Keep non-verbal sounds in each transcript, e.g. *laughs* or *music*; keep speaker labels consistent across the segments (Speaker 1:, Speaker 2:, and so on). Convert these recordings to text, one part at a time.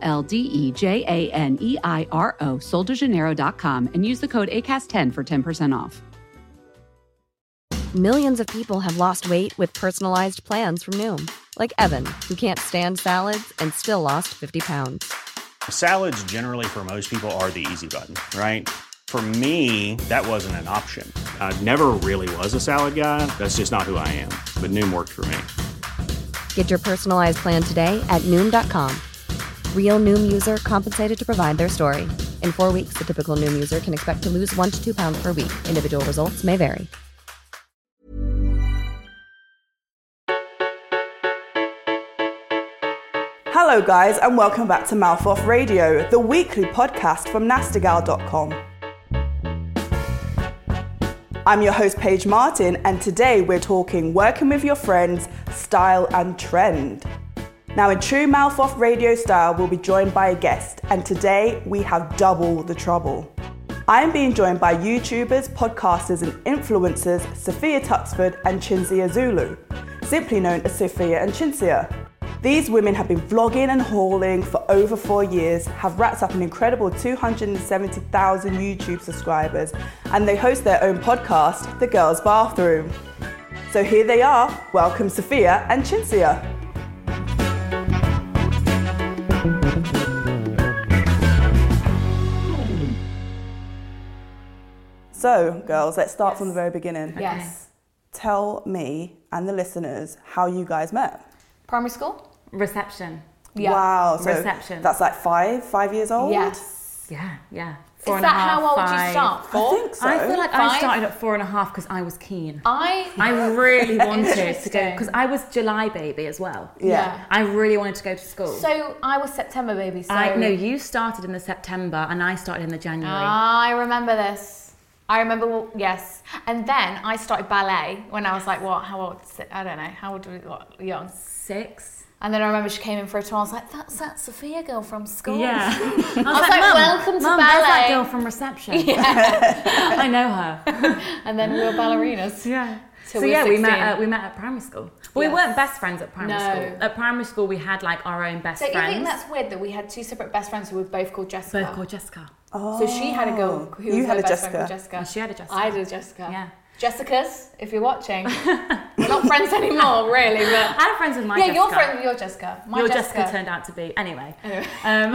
Speaker 1: L D E J A N E I R O, soldejaneiro.com, and use the code ACAST10 for 10% off.
Speaker 2: Millions of people have lost weight with personalized plans from Noom, like Evan, who can't stand salads and still lost 50 pounds.
Speaker 3: Salads, generally, for most people, are the easy button, right? For me, that wasn't an option. I never really was a salad guy. That's just not who I am. But Noom worked for me.
Speaker 2: Get your personalized plan today at Noom.com. Real Noom user compensated to provide their story. In four weeks, the typical Noom user can expect to lose one to two pounds per week. Individual results may vary.
Speaker 4: Hello, guys, and welcome back to Mouth Off Radio, the weekly podcast from nastigal.com. I'm your host, Paige Martin, and today we're talking working with your friends, style, and trend. Now, in true Mouth Off radio style, we'll be joined by a guest, and today we have double the trouble. I'm being joined by YouTubers, podcasters, and influencers Sophia Tuxford and Chinzia Zulu, simply known as Sophia and Chinzia. These women have been vlogging and hauling for over four years, have racked up an incredible 270,000 YouTube subscribers, and they host their own podcast, The Girls' Bathroom. So here they are. Welcome, Sophia and Chinzia. So, girls, let's start from the very beginning.
Speaker 5: Yes.
Speaker 4: Tell me and the listeners how you guys met.
Speaker 5: Primary school?
Speaker 6: Reception.
Speaker 4: Wow. So
Speaker 6: Reception.
Speaker 4: That's like five, five years old?
Speaker 5: Yes.
Speaker 6: Yeah, yeah.
Speaker 5: Is
Speaker 6: Four and
Speaker 5: that
Speaker 6: a half,
Speaker 5: how old you
Speaker 6: five.
Speaker 5: start
Speaker 4: I
Speaker 5: for?
Speaker 4: think so.
Speaker 6: I feel like
Speaker 5: Five?
Speaker 6: I started at four and a half because I was keen.
Speaker 5: I,
Speaker 6: I
Speaker 5: *laughs*
Speaker 6: really wanted to go
Speaker 5: Interesting.
Speaker 6: because I was July baby as well.
Speaker 4: yeah.
Speaker 6: I really wanted to go to school.
Speaker 5: So I was September baby. So
Speaker 6: I no, you started in the September and I started in the January.
Speaker 5: I remember this. I remember. well, Yes. And then I started ballet when I was like, what? How old? si- I don't know. How old? were we- What? Young.
Speaker 6: Six.
Speaker 5: And then I remember she came in for a tour. I was like, that's that Sophia girl from school.
Speaker 6: Yeah. I was,
Speaker 5: Oh. *laughs* I was like,
Speaker 6: "Mum,
Speaker 5: welcome to
Speaker 6: Mum, there's that
Speaker 5: ballet."
Speaker 6: girl from
Speaker 5: *laughs*
Speaker 6: reception. *laughs* I know her.
Speaker 5: And then we
Speaker 6: *laughs*
Speaker 5: were ballerinas.
Speaker 6: Yeah.
Speaker 5: Till
Speaker 6: so
Speaker 5: we were
Speaker 6: yeah, we met
Speaker 5: 16.
Speaker 6: at, we met at primary school. Well,
Speaker 5: Yes.
Speaker 6: We weren't best friends at primary
Speaker 5: No.
Speaker 6: school. At primary school, we had like our own best
Speaker 5: So you
Speaker 6: friends.
Speaker 5: think that's weird that we had two separate best friends who were both called Jessica? Oh.
Speaker 6: both called Jessica.
Speaker 5: So she had a girl who
Speaker 4: You
Speaker 5: was
Speaker 4: had
Speaker 5: her
Speaker 4: a
Speaker 5: best
Speaker 4: Jessica.
Speaker 5: friend called Jessica.
Speaker 6: And she had a Jessica.
Speaker 5: I had a Jessica.
Speaker 6: Yeah.
Speaker 5: Jessica's, if you're
Speaker 6: *laughs*
Speaker 5: watching, we're not friends anymore, really. But
Speaker 6: I had friends with my
Speaker 5: yeah,
Speaker 6: Jessica.
Speaker 5: you're friends with your Jessica. My
Speaker 6: your
Speaker 5: Jessica.
Speaker 6: Jessica. turned out to be anyway. *laughs* Um,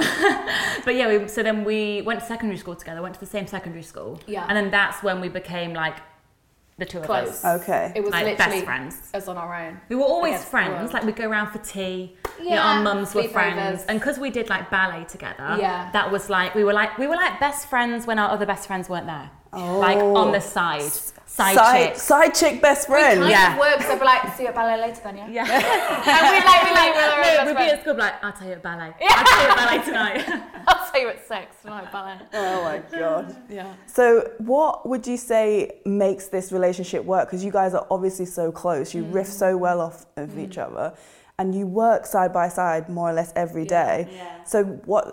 Speaker 6: but yeah, we, so then we went to secondary school together. Went to the same secondary school.
Speaker 5: Yeah.
Speaker 6: and then that's when we became like the two of
Speaker 5: Close.
Speaker 6: us.
Speaker 4: Okay.
Speaker 5: It was
Speaker 6: Like, best
Speaker 5: literally
Speaker 6: friends.
Speaker 5: us on our own.
Speaker 6: We were always
Speaker 5: Against the
Speaker 6: friends.
Speaker 5: world.
Speaker 6: Like we'd go around for tea. Yeah,
Speaker 5: Yeah,
Speaker 6: our mums were friends,
Speaker 5: sleepovers.
Speaker 6: and because we did like ballet together.
Speaker 5: Yeah.
Speaker 6: that was like we were like we were like best friends when our other best friends weren't there. Oh. like on the side,
Speaker 4: side,
Speaker 6: side, chicks.
Speaker 4: side chick best friend.
Speaker 5: Kind
Speaker 6: Yeah.
Speaker 5: of works. They'd be like, see you at ballet later then, yeah?
Speaker 6: Yeah,
Speaker 5: *laughs* And we'd like, be like, we're our
Speaker 6: no,
Speaker 5: own
Speaker 6: we'd be
Speaker 5: best
Speaker 6: at
Speaker 5: friends.
Speaker 6: school be like, I'll tell you at ballet. I'll tell you at ballet tonight.
Speaker 5: I'll see you at six tonight, ballet.
Speaker 4: Oh my god.
Speaker 5: Yeah.
Speaker 4: So, what would you say makes this relationship work? Because you guys are obviously so close, you riff
Speaker 6: Mm.
Speaker 4: so well off of each other, and you work side by side more or less every day. So, what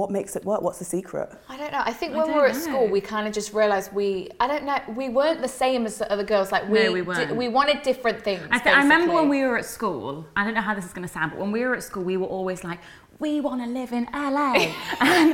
Speaker 4: what makes it work? What's the secret?
Speaker 5: I don't know. I think when we were at school, we kind of just realised we, I don't know, we weren't the same as the other girls. Like, we,
Speaker 6: No, we weren't.
Speaker 5: di- we wanted different things.
Speaker 6: I, th- I remember
Speaker 5: basically.
Speaker 6: when we were at school. I don't know how this is going to sound, but when we were at school, we were always like, "We want to live in LA," *laughs* and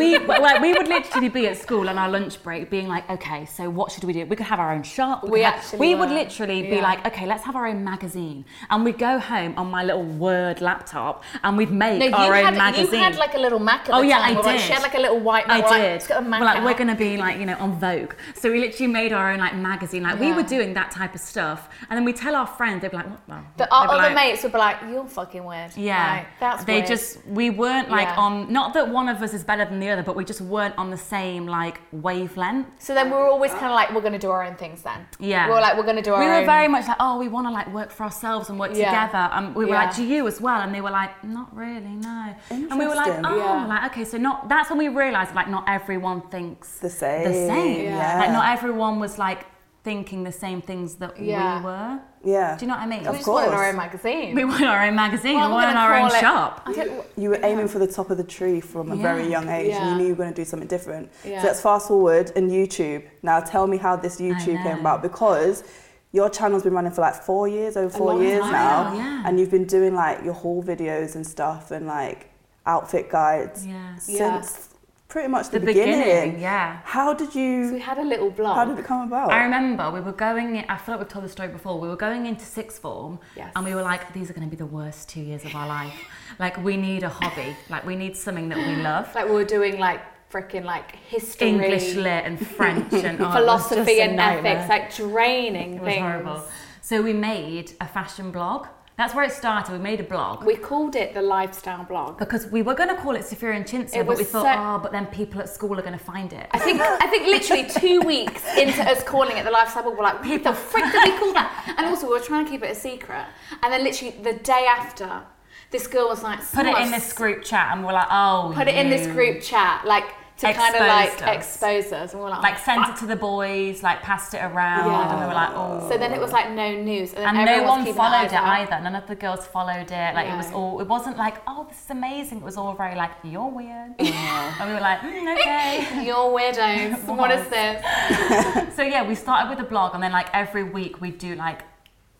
Speaker 6: we like we would literally be at school on our lunch break, being like, "Okay, so what should we do? We could have our own shop.
Speaker 5: We
Speaker 6: could have-"
Speaker 5: actually
Speaker 6: we would
Speaker 5: were.
Speaker 6: literally be
Speaker 5: Yeah.
Speaker 6: like, "Okay, let's have our own magazine," and we'd go home on my little Word laptop and we'd make
Speaker 5: No,
Speaker 6: our
Speaker 5: you
Speaker 6: own
Speaker 5: had,
Speaker 6: magazine.
Speaker 5: You had like a little Mac at
Speaker 6: Oh
Speaker 5: the
Speaker 6: yeah,
Speaker 5: time.
Speaker 6: I
Speaker 5: We're
Speaker 6: did.
Speaker 5: Like, she had like a little white.
Speaker 6: I
Speaker 5: we're like,
Speaker 6: did.
Speaker 5: Let's get a Mac
Speaker 6: we're like
Speaker 5: out.
Speaker 6: we're gonna be like you know on Vogue. So we literally made our own like magazine. Like we
Speaker 5: Yeah.
Speaker 6: were doing that type of stuff, and then we tell our friends. They'd be like, "What?" Well,
Speaker 5: But our
Speaker 6: they'd be
Speaker 5: other
Speaker 6: like-
Speaker 5: mates would be like, "You're fucking weird."
Speaker 6: Yeah,
Speaker 5: Like, that's
Speaker 6: they
Speaker 5: weird.
Speaker 6: just we weren't like
Speaker 5: Yeah.
Speaker 6: on not that one of us is better than the other, but we just weren't on the same like wavelength.
Speaker 5: So then we were always kind of like, we're going to do our own things then.
Speaker 6: Yeah.
Speaker 5: We were like, we're going to do our
Speaker 6: We
Speaker 5: own.
Speaker 6: were very much like, oh, we want to like work for ourselves and work
Speaker 5: Yeah.
Speaker 6: together. Um, we were like,
Speaker 5: Yeah.
Speaker 6: do you as well? And they were like, not really, no. And we were like,
Speaker 4: Interesting.
Speaker 6: oh,
Speaker 5: Yeah.
Speaker 6: like okay, so not. That's when we realised like not everyone thinks
Speaker 4: The same,
Speaker 6: The same.
Speaker 4: yeah.
Speaker 6: Like not everyone was like thinking the same things that
Speaker 5: Yeah.
Speaker 6: we were.
Speaker 4: Yeah.
Speaker 6: Do you know what I mean?
Speaker 5: We
Speaker 4: Of
Speaker 5: just wanted our
Speaker 4: course.
Speaker 5: own magazine.
Speaker 6: We were in our own magazine.
Speaker 5: Well,
Speaker 6: we
Speaker 5: we're
Speaker 6: were in
Speaker 5: gonna
Speaker 6: our own
Speaker 5: call it-
Speaker 6: shop.
Speaker 5: I don't-
Speaker 4: You were aiming for the top of the tree from a very
Speaker 6: Yeah.
Speaker 4: young age, and
Speaker 5: Yeah.
Speaker 4: you knew you were going to do something different.
Speaker 5: Yeah.
Speaker 4: So let's fast forward and YouTube. Now tell me how this YouTube came
Speaker 6: know.
Speaker 4: about because your channel's been running for like four years, over four
Speaker 5: long
Speaker 4: years
Speaker 5: time
Speaker 4: now,
Speaker 6: now, yeah.
Speaker 4: and you've been doing like your haul videos and stuff and like outfit guides
Speaker 6: Yeah.
Speaker 4: since
Speaker 5: Yeah.
Speaker 4: pretty much the,
Speaker 6: The
Speaker 4: beginning.
Speaker 6: beginning, yeah.
Speaker 4: How did
Speaker 5: we
Speaker 4: you?
Speaker 5: had a little blog.
Speaker 4: How did it come about?
Speaker 6: I remember we were going. I feel like we've told the story before. We were going into sixth form,
Speaker 5: Yes.
Speaker 6: and we were like, "These are going to be the worst two years of our life. Like, we need a hobby. Like, we need something that
Speaker 5: *gasps*
Speaker 6: we love.
Speaker 5: Like we were doing like freaking like history,
Speaker 6: English lit and French
Speaker 5: *laughs*
Speaker 6: and oh, it was just
Speaker 5: philosophy
Speaker 6: a
Speaker 5: and
Speaker 6: nightmare.
Speaker 5: ethics, like draining
Speaker 6: It was
Speaker 5: things.
Speaker 6: horrible. So we made a fashion blog. That's where it started. We made a blog.
Speaker 5: We called it the lifestyle blog.
Speaker 6: because we were going to call it Sophia and Chintzia,
Speaker 5: It
Speaker 6: but
Speaker 5: was
Speaker 6: we thought,
Speaker 5: so-
Speaker 6: oh, but then people at school are going to find it.
Speaker 5: I think I think literally two weeks into us calling it the lifestyle blog, we're like, what the frick did we call
Speaker 6: *laughs*
Speaker 5: that? And also we were trying to keep it a secret. And then literally the day after, this girl was like,
Speaker 6: Put it
Speaker 5: "Someone
Speaker 6: in this group chat, and we're like, oh,
Speaker 5: put it in this
Speaker 6: you."
Speaker 5: group chat, like to kind of
Speaker 6: Exposed
Speaker 5: like
Speaker 6: us.
Speaker 5: expose us, and we're like,
Speaker 6: Like
Speaker 5: "Oh,
Speaker 6: sent
Speaker 5: fuck."
Speaker 6: it to the boys, like passed it around,
Speaker 5: Yeah.
Speaker 6: and we were like, oh.
Speaker 5: So then it was like no news, and, then
Speaker 6: and no
Speaker 5: everyone was
Speaker 6: one
Speaker 5: keeping their
Speaker 6: followed
Speaker 5: eyes
Speaker 6: it
Speaker 5: out.
Speaker 6: either. None of the girls followed it. Like it was
Speaker 5: No.
Speaker 6: all. It wasn't like, oh, this is amazing. It was all very like, you're
Speaker 5: *laughs*
Speaker 6: weird, and we were like, mm, okay.
Speaker 5: You're
Speaker 6: *laughs*
Speaker 5: weirdos. what is this?
Speaker 6: So yeah, we started with a blog, and then like every week we would do like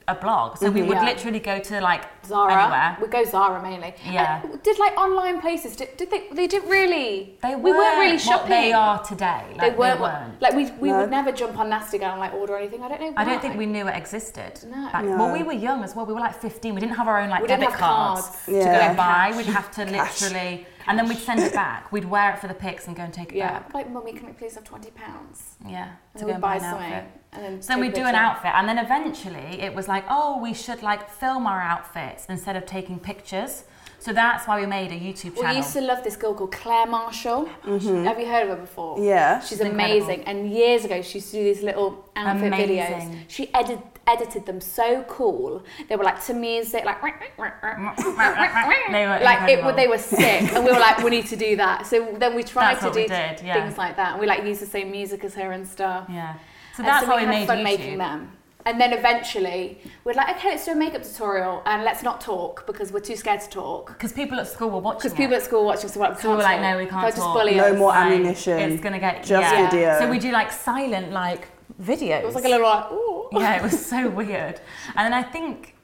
Speaker 6: a blog. So we would
Speaker 5: Mm-hmm. Yeah.
Speaker 6: literally go to like
Speaker 5: Zara.
Speaker 6: anywhere.
Speaker 5: We go Zara mainly.
Speaker 6: Yeah.
Speaker 5: And did like online places? Did, did they? They didn't really.
Speaker 6: They
Speaker 5: we weren't really
Speaker 6: what
Speaker 5: shopping.
Speaker 6: they are today. Like,
Speaker 5: They weren't.
Speaker 6: weren't.
Speaker 5: Like we, we
Speaker 4: No.
Speaker 5: would never jump on Nasty Gal and like order anything. I don't know. Why.
Speaker 6: I don't think we knew it existed.
Speaker 5: No.
Speaker 6: Back-
Speaker 4: No.
Speaker 6: Well, we were young as well. We were like 15. We didn't have our own like
Speaker 5: We didn't
Speaker 6: debit
Speaker 5: have
Speaker 6: cards,
Speaker 5: cards.
Speaker 6: to
Speaker 4: Yeah.
Speaker 6: go buy. We'd have to literally, and then we'd send it back. We'd wear it for the pics and go and take it
Speaker 5: Yeah.
Speaker 6: back.
Speaker 5: Like, mummy, can we please have twenty pounds?
Speaker 6: Yeah. To
Speaker 5: And
Speaker 6: go
Speaker 5: we'd
Speaker 6: and
Speaker 5: buy
Speaker 6: an
Speaker 5: something.
Speaker 6: outfit.
Speaker 5: And then
Speaker 6: So
Speaker 5: take
Speaker 6: we
Speaker 5: a
Speaker 6: do an
Speaker 5: picture.
Speaker 6: outfit, and then eventually it was like, oh, we should like film our outfits instead of taking pictures. So that's why we made a YouTube channel. Mm-hmm.
Speaker 5: We
Speaker 6: *laughs*
Speaker 5: used to love this girl called Claire Marshall. Have you heard of her before?
Speaker 4: Yeah.
Speaker 5: She's amazing. And years ago, she used to do these little outfit
Speaker 6: Amazing.
Speaker 5: videos. She edit, edited them so cool. They were like to music,
Speaker 6: *laughs*
Speaker 5: like
Speaker 6: They were
Speaker 5: like it,
Speaker 6: incredible.
Speaker 5: they were sick, and we were like, we need to do that. So then we tried
Speaker 6: That's
Speaker 5: to
Speaker 6: what
Speaker 5: do
Speaker 6: we did, yeah.
Speaker 5: things like that. We like used the same music as her and stuff.
Speaker 6: Yeah. So
Speaker 5: And
Speaker 6: that's
Speaker 5: so
Speaker 6: how
Speaker 5: we
Speaker 6: we,
Speaker 5: had
Speaker 6: made
Speaker 5: fun
Speaker 6: YouTube.
Speaker 5: making them. And then eventually, we're like, okay, let's do a makeup tutorial and let's not talk because we're too scared to talk.
Speaker 6: Because people at school were watching.
Speaker 5: Because people
Speaker 6: it.
Speaker 5: at school watching, so, like,
Speaker 6: So we were like, no, we can't
Speaker 5: They'll just
Speaker 6: talk.
Speaker 5: bully
Speaker 4: No
Speaker 5: us.
Speaker 4: more
Speaker 6: Like,
Speaker 4: ammunition.
Speaker 6: It's gonna get
Speaker 4: just
Speaker 6: yeah.
Speaker 4: video.
Speaker 6: So we do like silent like videos.
Speaker 5: It was like a little like, ooh.
Speaker 6: yeah, it was so weird. And then I think,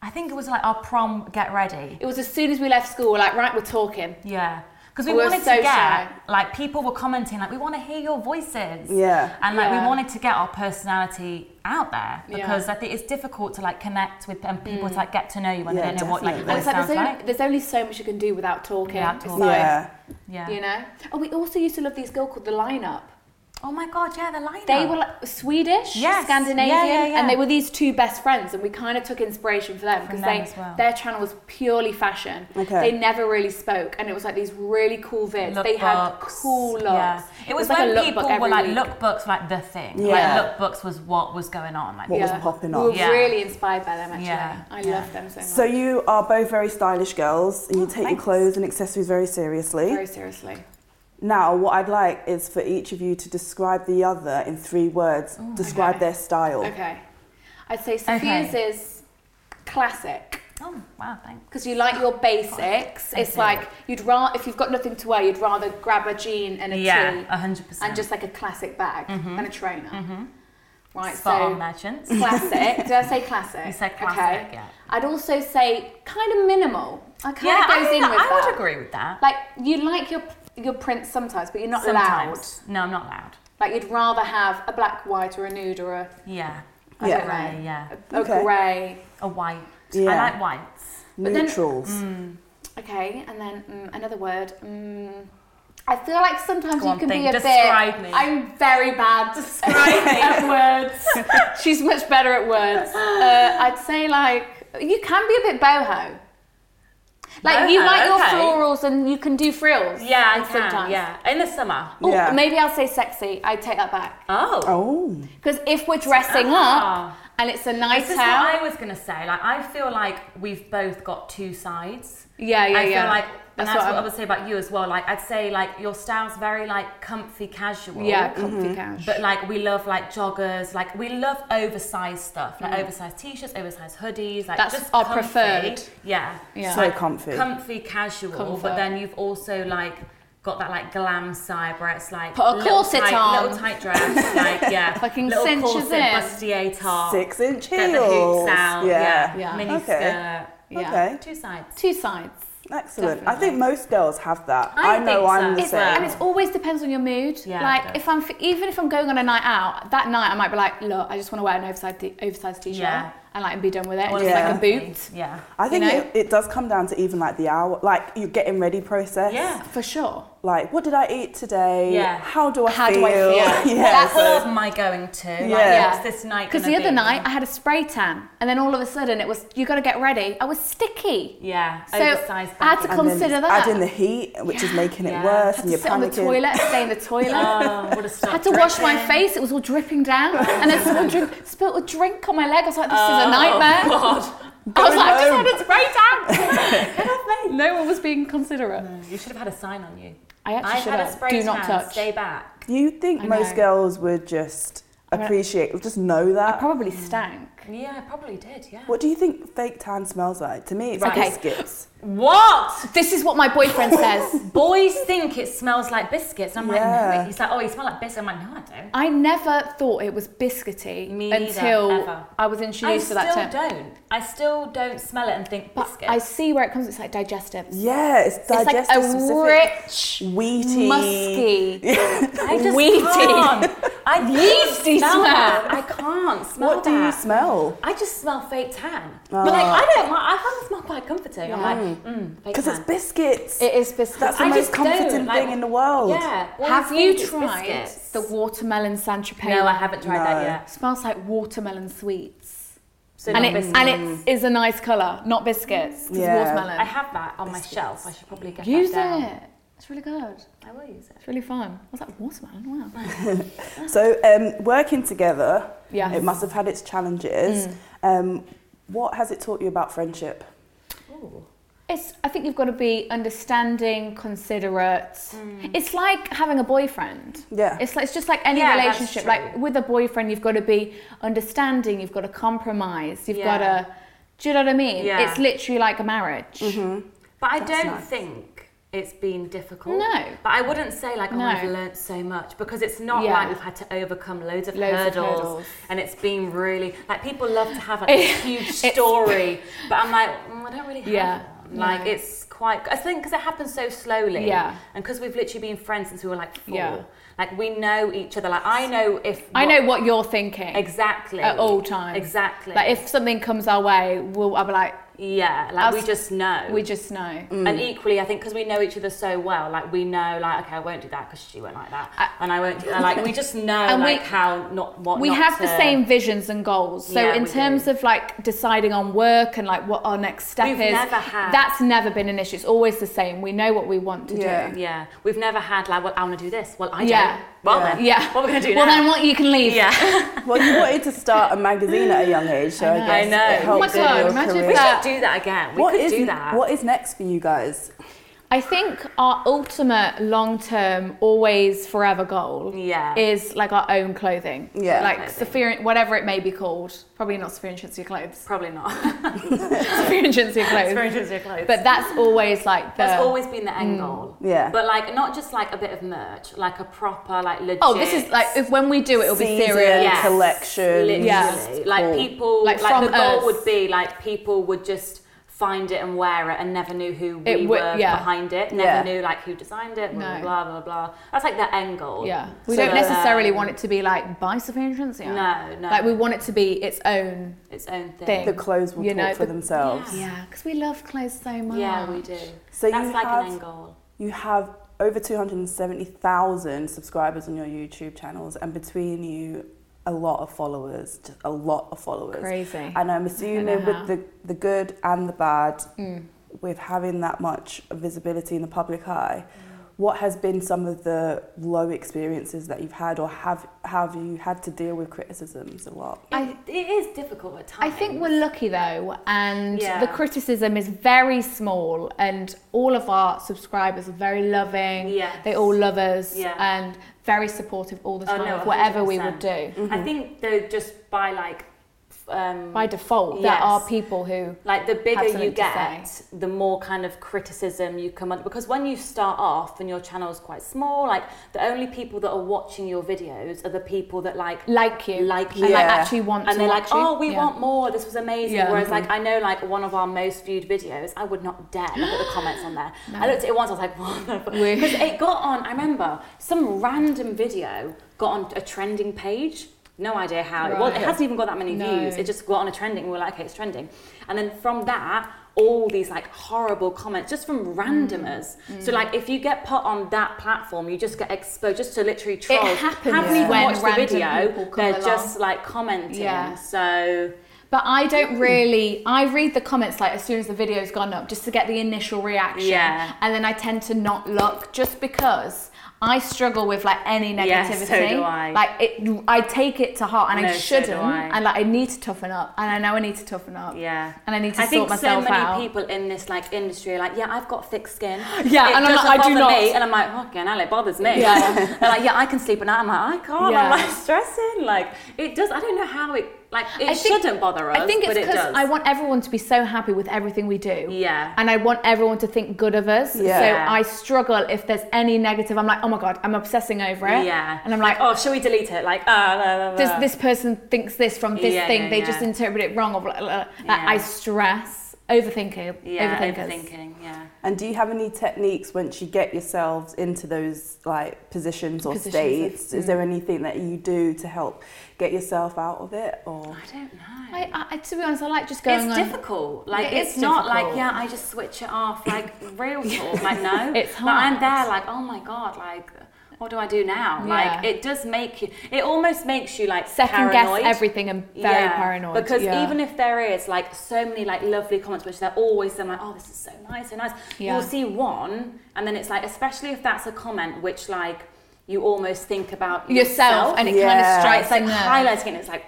Speaker 6: I think it was like our prom get ready.
Speaker 5: It was as soon as we left school, we're like, right, we're talking.
Speaker 6: Yeah. Because we
Speaker 5: We were
Speaker 6: wanted
Speaker 5: so
Speaker 6: to get
Speaker 5: shy.
Speaker 6: like people were commenting like we want to hear your voices.
Speaker 4: Yeah.
Speaker 6: And like
Speaker 5: Yeah.
Speaker 6: we wanted to get our personality out there
Speaker 5: Yeah. Mm.
Speaker 6: because I think it's difficult to like connect with and people to like get to know you and
Speaker 4: Yeah,
Speaker 6: they don't know what like
Speaker 4: definitely.
Speaker 6: your
Speaker 5: And
Speaker 6: voice
Speaker 5: it's like
Speaker 6: sounds
Speaker 5: there's, only,
Speaker 6: like.
Speaker 5: there's only so much you can do without talking.
Speaker 6: Without
Speaker 5: It's
Speaker 6: talking.
Speaker 5: like,
Speaker 4: yeah.
Speaker 6: Yeah.
Speaker 5: You know? Oh, we also used to love these girl called The Lineup.
Speaker 6: Oh my god, yeah, the lineup.
Speaker 5: They were like Swedish,
Speaker 6: Yes.
Speaker 5: Scandinavian,
Speaker 6: Yeah, yeah, yeah.
Speaker 5: and they were these two best friends, and we kind of took inspiration from them because
Speaker 6: them
Speaker 5: they
Speaker 6: as well.
Speaker 5: their channel was purely fashion.
Speaker 4: Okay.
Speaker 5: They never really spoke, and it was like these really cool vids.
Speaker 6: Lookbooks.
Speaker 5: they had cool looks.
Speaker 6: Yeah. It, was,
Speaker 5: like a
Speaker 6: when
Speaker 5: lookbook
Speaker 6: people
Speaker 5: every
Speaker 6: were like,
Speaker 5: week.
Speaker 6: lookbooks, like the thing.
Speaker 4: Yeah.
Speaker 6: Like, lookbooks was what was going on. Like,
Speaker 4: What was popping
Speaker 5: We were
Speaker 4: off.
Speaker 6: Yeah.
Speaker 5: really inspired by them actually.
Speaker 6: Yeah.
Speaker 5: I
Speaker 6: Yeah.
Speaker 5: love them so much.
Speaker 4: So you are both very stylish girls, and you take your
Speaker 6: thanks.
Speaker 4: clothes and accessories very seriously.
Speaker 5: very seriously.
Speaker 4: Now, what I'd like is for each of you to describe the other in three words. describe
Speaker 5: Okay.
Speaker 4: their style.
Speaker 5: Okay. I'd say Sophia's is classic.
Speaker 6: oh, wow, thanks.
Speaker 5: Because you like your basics. It's
Speaker 6: do.
Speaker 5: like you'd rather if you've got nothing to wear, you'd rather grab a jean and a
Speaker 6: Yeah,
Speaker 5: tee
Speaker 6: 100%.
Speaker 5: and just like a classic bag and a trainer. Right,
Speaker 6: Mm-hmm. Spot on,
Speaker 5: so
Speaker 6: merchants.
Speaker 5: *laughs* classic. Did I say classic?
Speaker 6: You said classic,
Speaker 5: Okay.
Speaker 6: yeah.
Speaker 5: I'd also say kind of minimal. I kind
Speaker 6: yeah,
Speaker 5: of
Speaker 6: I,
Speaker 5: goes in
Speaker 6: think
Speaker 5: with
Speaker 6: I
Speaker 5: that.
Speaker 6: would agree with that.
Speaker 5: Like you like your your prints sometimes, but you're not loud.
Speaker 6: Sometimes. No, I'm not loud.
Speaker 5: Like you'd rather have a black, white, or a nude, or a,
Speaker 6: Yeah.
Speaker 4: Yeah.
Speaker 6: A grey, yeah.
Speaker 5: a
Speaker 4: Okay.
Speaker 5: grey.
Speaker 6: A white.
Speaker 4: Yeah.
Speaker 6: I like whites.
Speaker 5: But then- mm.
Speaker 4: Neutrals.
Speaker 5: Okay, and then mm, another word. Mm, I feel like sometimes
Speaker 6: Go
Speaker 5: you
Speaker 6: on,
Speaker 5: can
Speaker 6: think.
Speaker 5: be a
Speaker 6: Describe
Speaker 5: bit.
Speaker 6: me.
Speaker 5: I'm very bad at *laughs* words. She's much better at words. Uh, I'd say like you can be a bit boho. Like you
Speaker 6: Okay,
Speaker 5: like
Speaker 6: okay.
Speaker 5: your florals and you can do frills.
Speaker 6: Yeah, I
Speaker 5: and
Speaker 6: can. Yeah, in the summer.
Speaker 5: Oh,
Speaker 4: Yeah.
Speaker 5: maybe I'll say sexy. I take that back.
Speaker 6: Oh.
Speaker 4: Oh,
Speaker 5: Because if we're dressing
Speaker 6: Ah.
Speaker 5: up and it's a
Speaker 6: This
Speaker 5: night
Speaker 6: is
Speaker 5: out,
Speaker 6: what I was gonna say. Like, I feel like we've both got two sides.
Speaker 5: Yeah, yeah,
Speaker 6: I feel
Speaker 5: yeah.
Speaker 6: like, and
Speaker 5: That's
Speaker 6: that's,
Speaker 5: what
Speaker 6: what, I
Speaker 5: I'm-
Speaker 6: would say about you as well. Like, I'd say like your style's very like comfy casual.
Speaker 5: yeah,
Speaker 4: Mm-hmm.
Speaker 5: comfy cash.
Speaker 6: But like we love like joggers, like we love oversized stuff, like oversized t-shirts, oversized hoodies, like
Speaker 5: Mm. That's
Speaker 6: just
Speaker 5: our
Speaker 6: comfy.
Speaker 5: preferred.
Speaker 6: Yeah,
Speaker 5: Yeah.
Speaker 4: So comfy.
Speaker 6: comfy casual.
Speaker 5: Comfort.
Speaker 6: But then you've also like got that like glam side where it's like
Speaker 5: Put a
Speaker 6: little
Speaker 5: corset
Speaker 6: tight,
Speaker 5: on.
Speaker 6: little tight dress, like yeah,
Speaker 5: *laughs* Fucking
Speaker 6: little
Speaker 5: cinches
Speaker 6: corset,
Speaker 5: in.
Speaker 6: bustier top,
Speaker 4: six inch
Speaker 6: get
Speaker 4: heels.
Speaker 6: the hoops out, yeah,
Speaker 4: Yeah.
Speaker 5: Yeah.
Speaker 6: mini
Speaker 4: Okay.
Speaker 6: skirt,
Speaker 5: Yeah.
Speaker 4: Okay.
Speaker 6: two sides.
Speaker 5: Two sides.
Speaker 4: Excellent. I think most girls have that.
Speaker 6: I
Speaker 4: I, know
Speaker 6: think so.
Speaker 4: I'm the
Speaker 5: It's,
Speaker 4: same.
Speaker 5: and it always depends on your mood.
Speaker 6: Yeah, it
Speaker 5: like
Speaker 6: does.
Speaker 5: if I'm f- even if I'm going on a night out, that night I might be like, look, I just want to wear an oversized t- oversized t-shirt
Speaker 6: Yeah.
Speaker 5: and like be done with it,
Speaker 6: Or
Speaker 5: and just like a
Speaker 6: something.
Speaker 5: boot
Speaker 6: Yeah.
Speaker 4: I think
Speaker 5: you know?
Speaker 4: it, it does come down to even like the hour, like your getting ready process.
Speaker 6: Yeah.
Speaker 5: for sure.
Speaker 4: Like, what did I eat today?
Speaker 6: Yeah.
Speaker 4: How do I
Speaker 5: How
Speaker 4: feel?
Speaker 5: do I feel?
Speaker 4: *laughs* yeah.
Speaker 6: What club
Speaker 4: so-
Speaker 6: am I going to? Like,
Speaker 4: Yeah.
Speaker 6: what's this night
Speaker 5: Because
Speaker 6: gonna
Speaker 5: the other
Speaker 6: be?
Speaker 5: night I had a spray tan, and then all of a sudden it was you got to get ready. I was sticky.
Speaker 6: Yeah,
Speaker 5: So
Speaker 6: oversized
Speaker 5: I
Speaker 6: baggy.
Speaker 5: had to
Speaker 4: and then
Speaker 5: consider
Speaker 4: just
Speaker 5: that.
Speaker 4: Add in the heat, which is making it
Speaker 6: Yeah.
Speaker 4: worse,
Speaker 5: I had
Speaker 4: and
Speaker 5: to
Speaker 4: you're
Speaker 5: sit
Speaker 4: panicking.
Speaker 5: on the toilet, stay
Speaker 6: *laughs*
Speaker 5: in the toilet.
Speaker 6: Oh, what a
Speaker 5: *laughs* I had to wash my face; it was all dripping down, and then someone drink,
Speaker 4: *laughs*
Speaker 5: spilled a drink on my leg. I was like, "This
Speaker 6: Oh,
Speaker 5: is a nightmare." I was
Speaker 4: Oh. Going
Speaker 5: like, "I
Speaker 4: home.
Speaker 5: just had a spray
Speaker 4: *laughs*
Speaker 5: tan." no one was being considerate.
Speaker 6: You should have had a sign on you.
Speaker 5: I actually
Speaker 6: I've
Speaker 5: should
Speaker 6: had a
Speaker 5: have.
Speaker 6: spray
Speaker 5: Do not
Speaker 6: tan,
Speaker 5: touch.
Speaker 6: Stay back.
Speaker 4: You think
Speaker 5: I
Speaker 4: most
Speaker 5: know.
Speaker 4: girls would just appreciate, just know that?
Speaker 5: Probably stank.
Speaker 6: Yeah, I probably did. Yeah.
Speaker 4: What do you think fake tan smells like? To me, it's
Speaker 6: Right. *laughs*
Speaker 4: biscuits.
Speaker 6: What?
Speaker 5: This is what my boyfriend says.
Speaker 6: Boys think it smells like biscuits. And I'm like,
Speaker 4: Yeah.
Speaker 6: no. He's like, oh, you smell like biscuits. I'm like, no, I don't.
Speaker 5: I never thought it was biscuity
Speaker 6: Me neither,
Speaker 5: until
Speaker 6: ever.
Speaker 5: I was
Speaker 6: I
Speaker 5: introduced
Speaker 6: still
Speaker 5: to that term.
Speaker 6: don't. I still don't smell it and think
Speaker 5: But
Speaker 6: biscuit.
Speaker 5: I see where it comes. It's like digestive.
Speaker 4: Yeah, it's
Speaker 5: it's
Speaker 4: digestive
Speaker 5: like a
Speaker 4: specific.
Speaker 5: rich,
Speaker 4: wheaty. *laughs*
Speaker 5: musky.
Speaker 6: I just
Speaker 5: Wheaty.
Speaker 6: can't.
Speaker 5: *laughs*
Speaker 6: I
Speaker 5: Yeasty
Speaker 6: smell
Speaker 5: smell.
Speaker 6: it. I can't smell
Speaker 4: What do you
Speaker 6: that.
Speaker 4: smell?
Speaker 6: I just smell fake tan.
Speaker 4: Oh.
Speaker 6: But like, I don't. mind- I find the smell quite comforting. I'm like, mm, fake
Speaker 4: Because
Speaker 6: tan.
Speaker 4: it's biscuits.
Speaker 5: It is biscuity.
Speaker 4: That's the
Speaker 6: I
Speaker 4: most
Speaker 6: just don't,
Speaker 4: comforting
Speaker 6: like-
Speaker 4: thing in the world.
Speaker 6: Yeah. Well,
Speaker 5: Have
Speaker 6: I
Speaker 5: you
Speaker 6: think it's
Speaker 5: tried
Speaker 6: biscuits.
Speaker 5: the watermelon San Tropez?
Speaker 6: No, I haven't tried that
Speaker 4: No.
Speaker 6: yet.
Speaker 5: Smells like watermelon sweets.
Speaker 6: So
Speaker 5: And
Speaker 6: not
Speaker 5: it,
Speaker 6: biscuits.
Speaker 5: and it is a nice colour, not biscuits. 'cause
Speaker 4: Yeah.
Speaker 5: watermelon.
Speaker 6: I have that on my shelf. I should probably get
Speaker 5: Use
Speaker 6: that down.
Speaker 5: it. It's really good.
Speaker 6: I will use it.
Speaker 5: It's really fun. I was like, watermelon? Wow.
Speaker 4: So um, working together,
Speaker 5: Yes.
Speaker 4: it must have had its challenges.
Speaker 6: Mm.
Speaker 4: Um, what has it taught you about friendship?
Speaker 5: It's. I think you've got to be understanding, considerate.
Speaker 6: Mm.
Speaker 5: It's like having a boyfriend.
Speaker 4: Yeah.
Speaker 5: It's like it's just like any
Speaker 6: Yeah, that's
Speaker 5: relationship.
Speaker 6: true.
Speaker 5: Like with a boyfriend, you've got to be understanding. You've got to compromise. You've got
Speaker 6: Yeah.
Speaker 5: to. Do you know what I mean?
Speaker 6: Yeah.
Speaker 5: It's literally like a marriage.
Speaker 4: Mm-hmm.
Speaker 6: But I don't think it's been difficult.
Speaker 5: No.
Speaker 6: But I wouldn't say like, oh,
Speaker 5: No.
Speaker 6: I've learnt so much because it's not
Speaker 5: Yeah.
Speaker 6: like we've had to overcome loads of,
Speaker 5: Loads of
Speaker 6: hurdles,
Speaker 5: hurdles.
Speaker 6: and it's been really like people love to have like,
Speaker 5: *laughs*
Speaker 6: a huge story, but I'm like, mm, I don't really have.
Speaker 5: Yeah.
Speaker 6: One. Like
Speaker 5: No.
Speaker 6: it's quite. I think because it happens so slowly.
Speaker 5: Yeah.
Speaker 6: And because we've literally been friends since we were like four.
Speaker 5: Yeah.
Speaker 6: Like we know each other. Like I know if
Speaker 5: I
Speaker 6: what-
Speaker 5: know what you're thinking.
Speaker 6: exactly
Speaker 5: At all times.
Speaker 6: Exactly.
Speaker 5: Like if something comes our way, we'll. I'll be like,
Speaker 6: yeah, Mm, like we
Speaker 5: us-
Speaker 6: just know.
Speaker 5: we just know.
Speaker 6: And equally, I think because we know each other so well, like we know, like okay, I won't do that because she won't like that,
Speaker 5: I-
Speaker 6: and I won't do that. Like we just know,
Speaker 5: *laughs* And we-
Speaker 6: like how not what.
Speaker 5: we
Speaker 6: not
Speaker 5: have
Speaker 6: to-
Speaker 5: the same visions and goals. So
Speaker 6: Yeah,
Speaker 5: in
Speaker 6: we
Speaker 5: terms
Speaker 6: do.
Speaker 5: of like deciding on work and like what our next step
Speaker 6: We've
Speaker 5: is,
Speaker 6: never had-
Speaker 5: that's never been an issue. It's always the same. We know what we want to
Speaker 4: Yeah.
Speaker 5: do.
Speaker 6: Yeah, we've never had like, well, I want to do this. Well, I
Speaker 5: Yeah.
Speaker 6: don't. Well then,
Speaker 5: *laughs* Yeah.
Speaker 6: What are we gonna do
Speaker 5: Well,
Speaker 6: now?
Speaker 5: then what you can leave.
Speaker 6: Yeah.
Speaker 4: Well, you wanted to start a magazine at a young age, so I,
Speaker 5: know.
Speaker 4: guess
Speaker 6: *laughs* I know.
Speaker 4: it
Speaker 6: Oh
Speaker 4: helps
Speaker 6: my
Speaker 4: in
Speaker 5: God,
Speaker 4: your
Speaker 5: imagine
Speaker 4: career.
Speaker 6: we
Speaker 5: that.
Speaker 6: should do that again. We
Speaker 4: What
Speaker 6: could
Speaker 4: is-
Speaker 6: do that.
Speaker 4: What is next for you guys?
Speaker 5: I think our ultimate long term, always forever goal
Speaker 6: Yeah.
Speaker 5: is like our own clothing.
Speaker 4: Yeah.
Speaker 5: Like
Speaker 6: Clothing.
Speaker 5: Sophia, whatever it may be called. Probably not Sophia and Chintzy Clothes.
Speaker 6: Probably
Speaker 5: *laughs*
Speaker 6: not.
Speaker 5: Sophia and Chintzy Clothes.
Speaker 6: Experiences your clothes.
Speaker 5: But that's always like the.
Speaker 6: That's always been the
Speaker 5: Mm.
Speaker 6: end goal.
Speaker 4: Yeah.
Speaker 6: But like not just like a bit of merch, like a proper like legit.
Speaker 5: Oh, this is like if when we do it, it'll be
Speaker 4: Season,
Speaker 5: serious.
Speaker 6: Yes.
Speaker 4: collection.
Speaker 6: Literally.
Speaker 5: Yeah.
Speaker 6: Like
Speaker 4: Cool.
Speaker 6: people,
Speaker 5: Like
Speaker 6: like,
Speaker 5: from
Speaker 6: the goal
Speaker 5: us.
Speaker 6: would be like people would just find it and wear it and never knew who we
Speaker 5: It would-
Speaker 6: were
Speaker 5: yeah.
Speaker 6: behind it, never
Speaker 4: Yeah.
Speaker 6: knew like who designed it, blah,
Speaker 5: No.
Speaker 6: blah, blah, blah. That's like the end goal.
Speaker 5: Yeah, we
Speaker 6: So
Speaker 5: don't
Speaker 6: that-
Speaker 5: necessarily want it to be like by Sophia and Chintzy.
Speaker 6: No, no.
Speaker 5: Like we want it to be its own.
Speaker 6: Its own thing.
Speaker 5: thing.
Speaker 4: The clothes will
Speaker 5: You
Speaker 4: talk
Speaker 5: know,
Speaker 4: for
Speaker 5: the-
Speaker 4: themselves.
Speaker 5: Yeah, because we love clothes so much.
Speaker 6: Yeah, we do.
Speaker 4: So
Speaker 6: That's
Speaker 4: you
Speaker 6: like
Speaker 4: have-
Speaker 6: an end goal.
Speaker 4: You have over 270,000 subscribers on your YouTube channels, and between you, a lot of followers, just a lot of followers.
Speaker 5: Crazy.
Speaker 4: And I'm assuming
Speaker 5: how. Mm.
Speaker 4: with the, the good and the bad, with having that much visibility in the public eye, what has been some of the low experiences that you've had, or have have you had to deal with criticisms a lot?
Speaker 6: I, it is difficult at
Speaker 5: I
Speaker 6: times.
Speaker 5: think we're lucky though, and
Speaker 6: Yeah.
Speaker 5: the criticism is very small, and all of our subscribers are very loving.
Speaker 6: Yes.
Speaker 5: They all love us
Speaker 6: Yeah.
Speaker 5: and very supportive all the
Speaker 6: Oh,
Speaker 5: time,
Speaker 6: no,
Speaker 5: of whatever we would
Speaker 6: 100%.
Speaker 5: do.
Speaker 6: I
Speaker 4: Mm-hmm.
Speaker 6: think though, just by like, f- um,
Speaker 5: By default, there
Speaker 6: Yes.
Speaker 5: are people who
Speaker 6: like the
Speaker 5: have
Speaker 6: bigger
Speaker 5: something
Speaker 6: you
Speaker 5: to
Speaker 6: get,
Speaker 5: say.
Speaker 6: the more kind of criticism you come under. Because when you start off and your channel is quite small, like the only people that are watching your videos are the people that like
Speaker 5: like you,
Speaker 6: like
Speaker 5: and
Speaker 6: you,
Speaker 5: like
Speaker 4: Yeah.
Speaker 5: actually want
Speaker 6: and
Speaker 5: to
Speaker 6: they're like,
Speaker 5: watch you.
Speaker 6: oh, we
Speaker 5: Yeah.
Speaker 6: want more. This was amazing.
Speaker 5: Yeah. Mm-hmm.
Speaker 6: Whereas, like, I know, like, one of our most viewed videos, I would not dare look at the comments on there. I looked at it once. I was like, *laughs* what? Because it got on. I remember some random video got on a trending page. No idea how. It, was, it
Speaker 5: Right.
Speaker 6: hasn't even got that many
Speaker 5: No.
Speaker 6: views. It just got on a trending. We were like, okay, it's trending. And then from that, all these like horrible comments just from
Speaker 5: Mm.
Speaker 6: randomers. So like, if you get put on that platform, you just get exposed just to literally troll.
Speaker 5: happens
Speaker 6: Haven't even
Speaker 5: when
Speaker 6: watched the
Speaker 5: random people
Speaker 6: video.
Speaker 5: come
Speaker 6: They're
Speaker 5: along.
Speaker 6: just like commenting.
Speaker 5: Yeah.
Speaker 6: So
Speaker 5: But I
Speaker 6: Hmm.
Speaker 5: don't really. I read the comments like as soon as the video's gone up, just to get the initial reaction.
Speaker 6: Yeah.
Speaker 5: And then I tend to not look, just because I struggle with like any negativity.
Speaker 6: Yeah, so do I.
Speaker 5: Like it, I take it to heart, and
Speaker 6: No,
Speaker 5: I
Speaker 6: so do
Speaker 5: shouldn't.
Speaker 6: I.
Speaker 5: And like I need to toughen up, and I know I need to toughen up.
Speaker 6: yeah.
Speaker 5: And I need to
Speaker 6: I
Speaker 5: sort
Speaker 6: think
Speaker 5: myself
Speaker 6: so many
Speaker 5: out.
Speaker 6: people in this like industry are like, yeah, I've got thick skin.
Speaker 5: *laughs* Yeah,
Speaker 6: it
Speaker 5: and I'm
Speaker 6: doesn't
Speaker 5: like, I do
Speaker 6: bother
Speaker 5: not.
Speaker 6: Me. And I'm like, fucking hell, it bothers me.
Speaker 5: Yeah.
Speaker 6: *laughs* They're like, yeah, I can sleep at night. I'm like, I can't.
Speaker 5: Yeah.
Speaker 6: I'm like stressing. Like it does. I don't know how it like it
Speaker 5: I think-
Speaker 6: shouldn't bother us.
Speaker 5: I think it's
Speaker 6: but it
Speaker 5: because
Speaker 6: does.
Speaker 5: I want everyone to be so happy with everything we do.
Speaker 6: Yeah.
Speaker 5: And I want everyone to think good of us.
Speaker 4: Yeah.
Speaker 5: So I struggle if there's any negative. I'm like, oh my god, I'm obsessing over it.
Speaker 6: Yeah.
Speaker 5: And I'm like, uh,
Speaker 6: oh, shall we delete it? Like, ah, blah, blah, blah.
Speaker 5: this this person thinks this from this
Speaker 6: Yeah,
Speaker 5: thing.
Speaker 6: yeah,
Speaker 5: they just
Speaker 6: yeah.
Speaker 5: interpret it wrong. Or blah, blah, blah. Like,
Speaker 6: Yeah.
Speaker 5: I stress overthinking.
Speaker 6: yeah,
Speaker 5: overthinkers.
Speaker 6: overthinking. Yeah.
Speaker 4: And do you have any techniques once you get yourselves into those like positions or
Speaker 5: Positions, Mm.
Speaker 4: states? Is there anything that you do to help get yourself out of it? Or
Speaker 6: I don't know.
Speaker 5: I, I, I- to be honest, I like just going
Speaker 6: It's
Speaker 5: on.
Speaker 6: difficult. Like
Speaker 5: It
Speaker 6: it's
Speaker 5: is
Speaker 6: not
Speaker 5: difficult.
Speaker 6: like yeah, I just switch it off. Like
Speaker 5: *laughs*
Speaker 6: real talk. Like no,
Speaker 5: It's
Speaker 6: Like, I'm
Speaker 5: hard.
Speaker 6: there. Like oh my god. Like what do I do now? Like
Speaker 5: Yeah.
Speaker 6: it does make you. It almost makes you like
Speaker 5: Second
Speaker 6: paranoid.
Speaker 5: guess everything and very paranoid.
Speaker 6: Because
Speaker 5: Yeah.
Speaker 6: even if there is like so many like lovely comments, which they're always saying like, oh, this is so nice, so nice.
Speaker 5: Yeah.
Speaker 6: You'll see one, and then it's like, especially if that's a comment which like you almost think about
Speaker 5: yourself and it kind of
Speaker 4: Yeah.
Speaker 5: strikes
Speaker 6: it's like
Speaker 5: a nerve.
Speaker 6: highlighting it. It's like,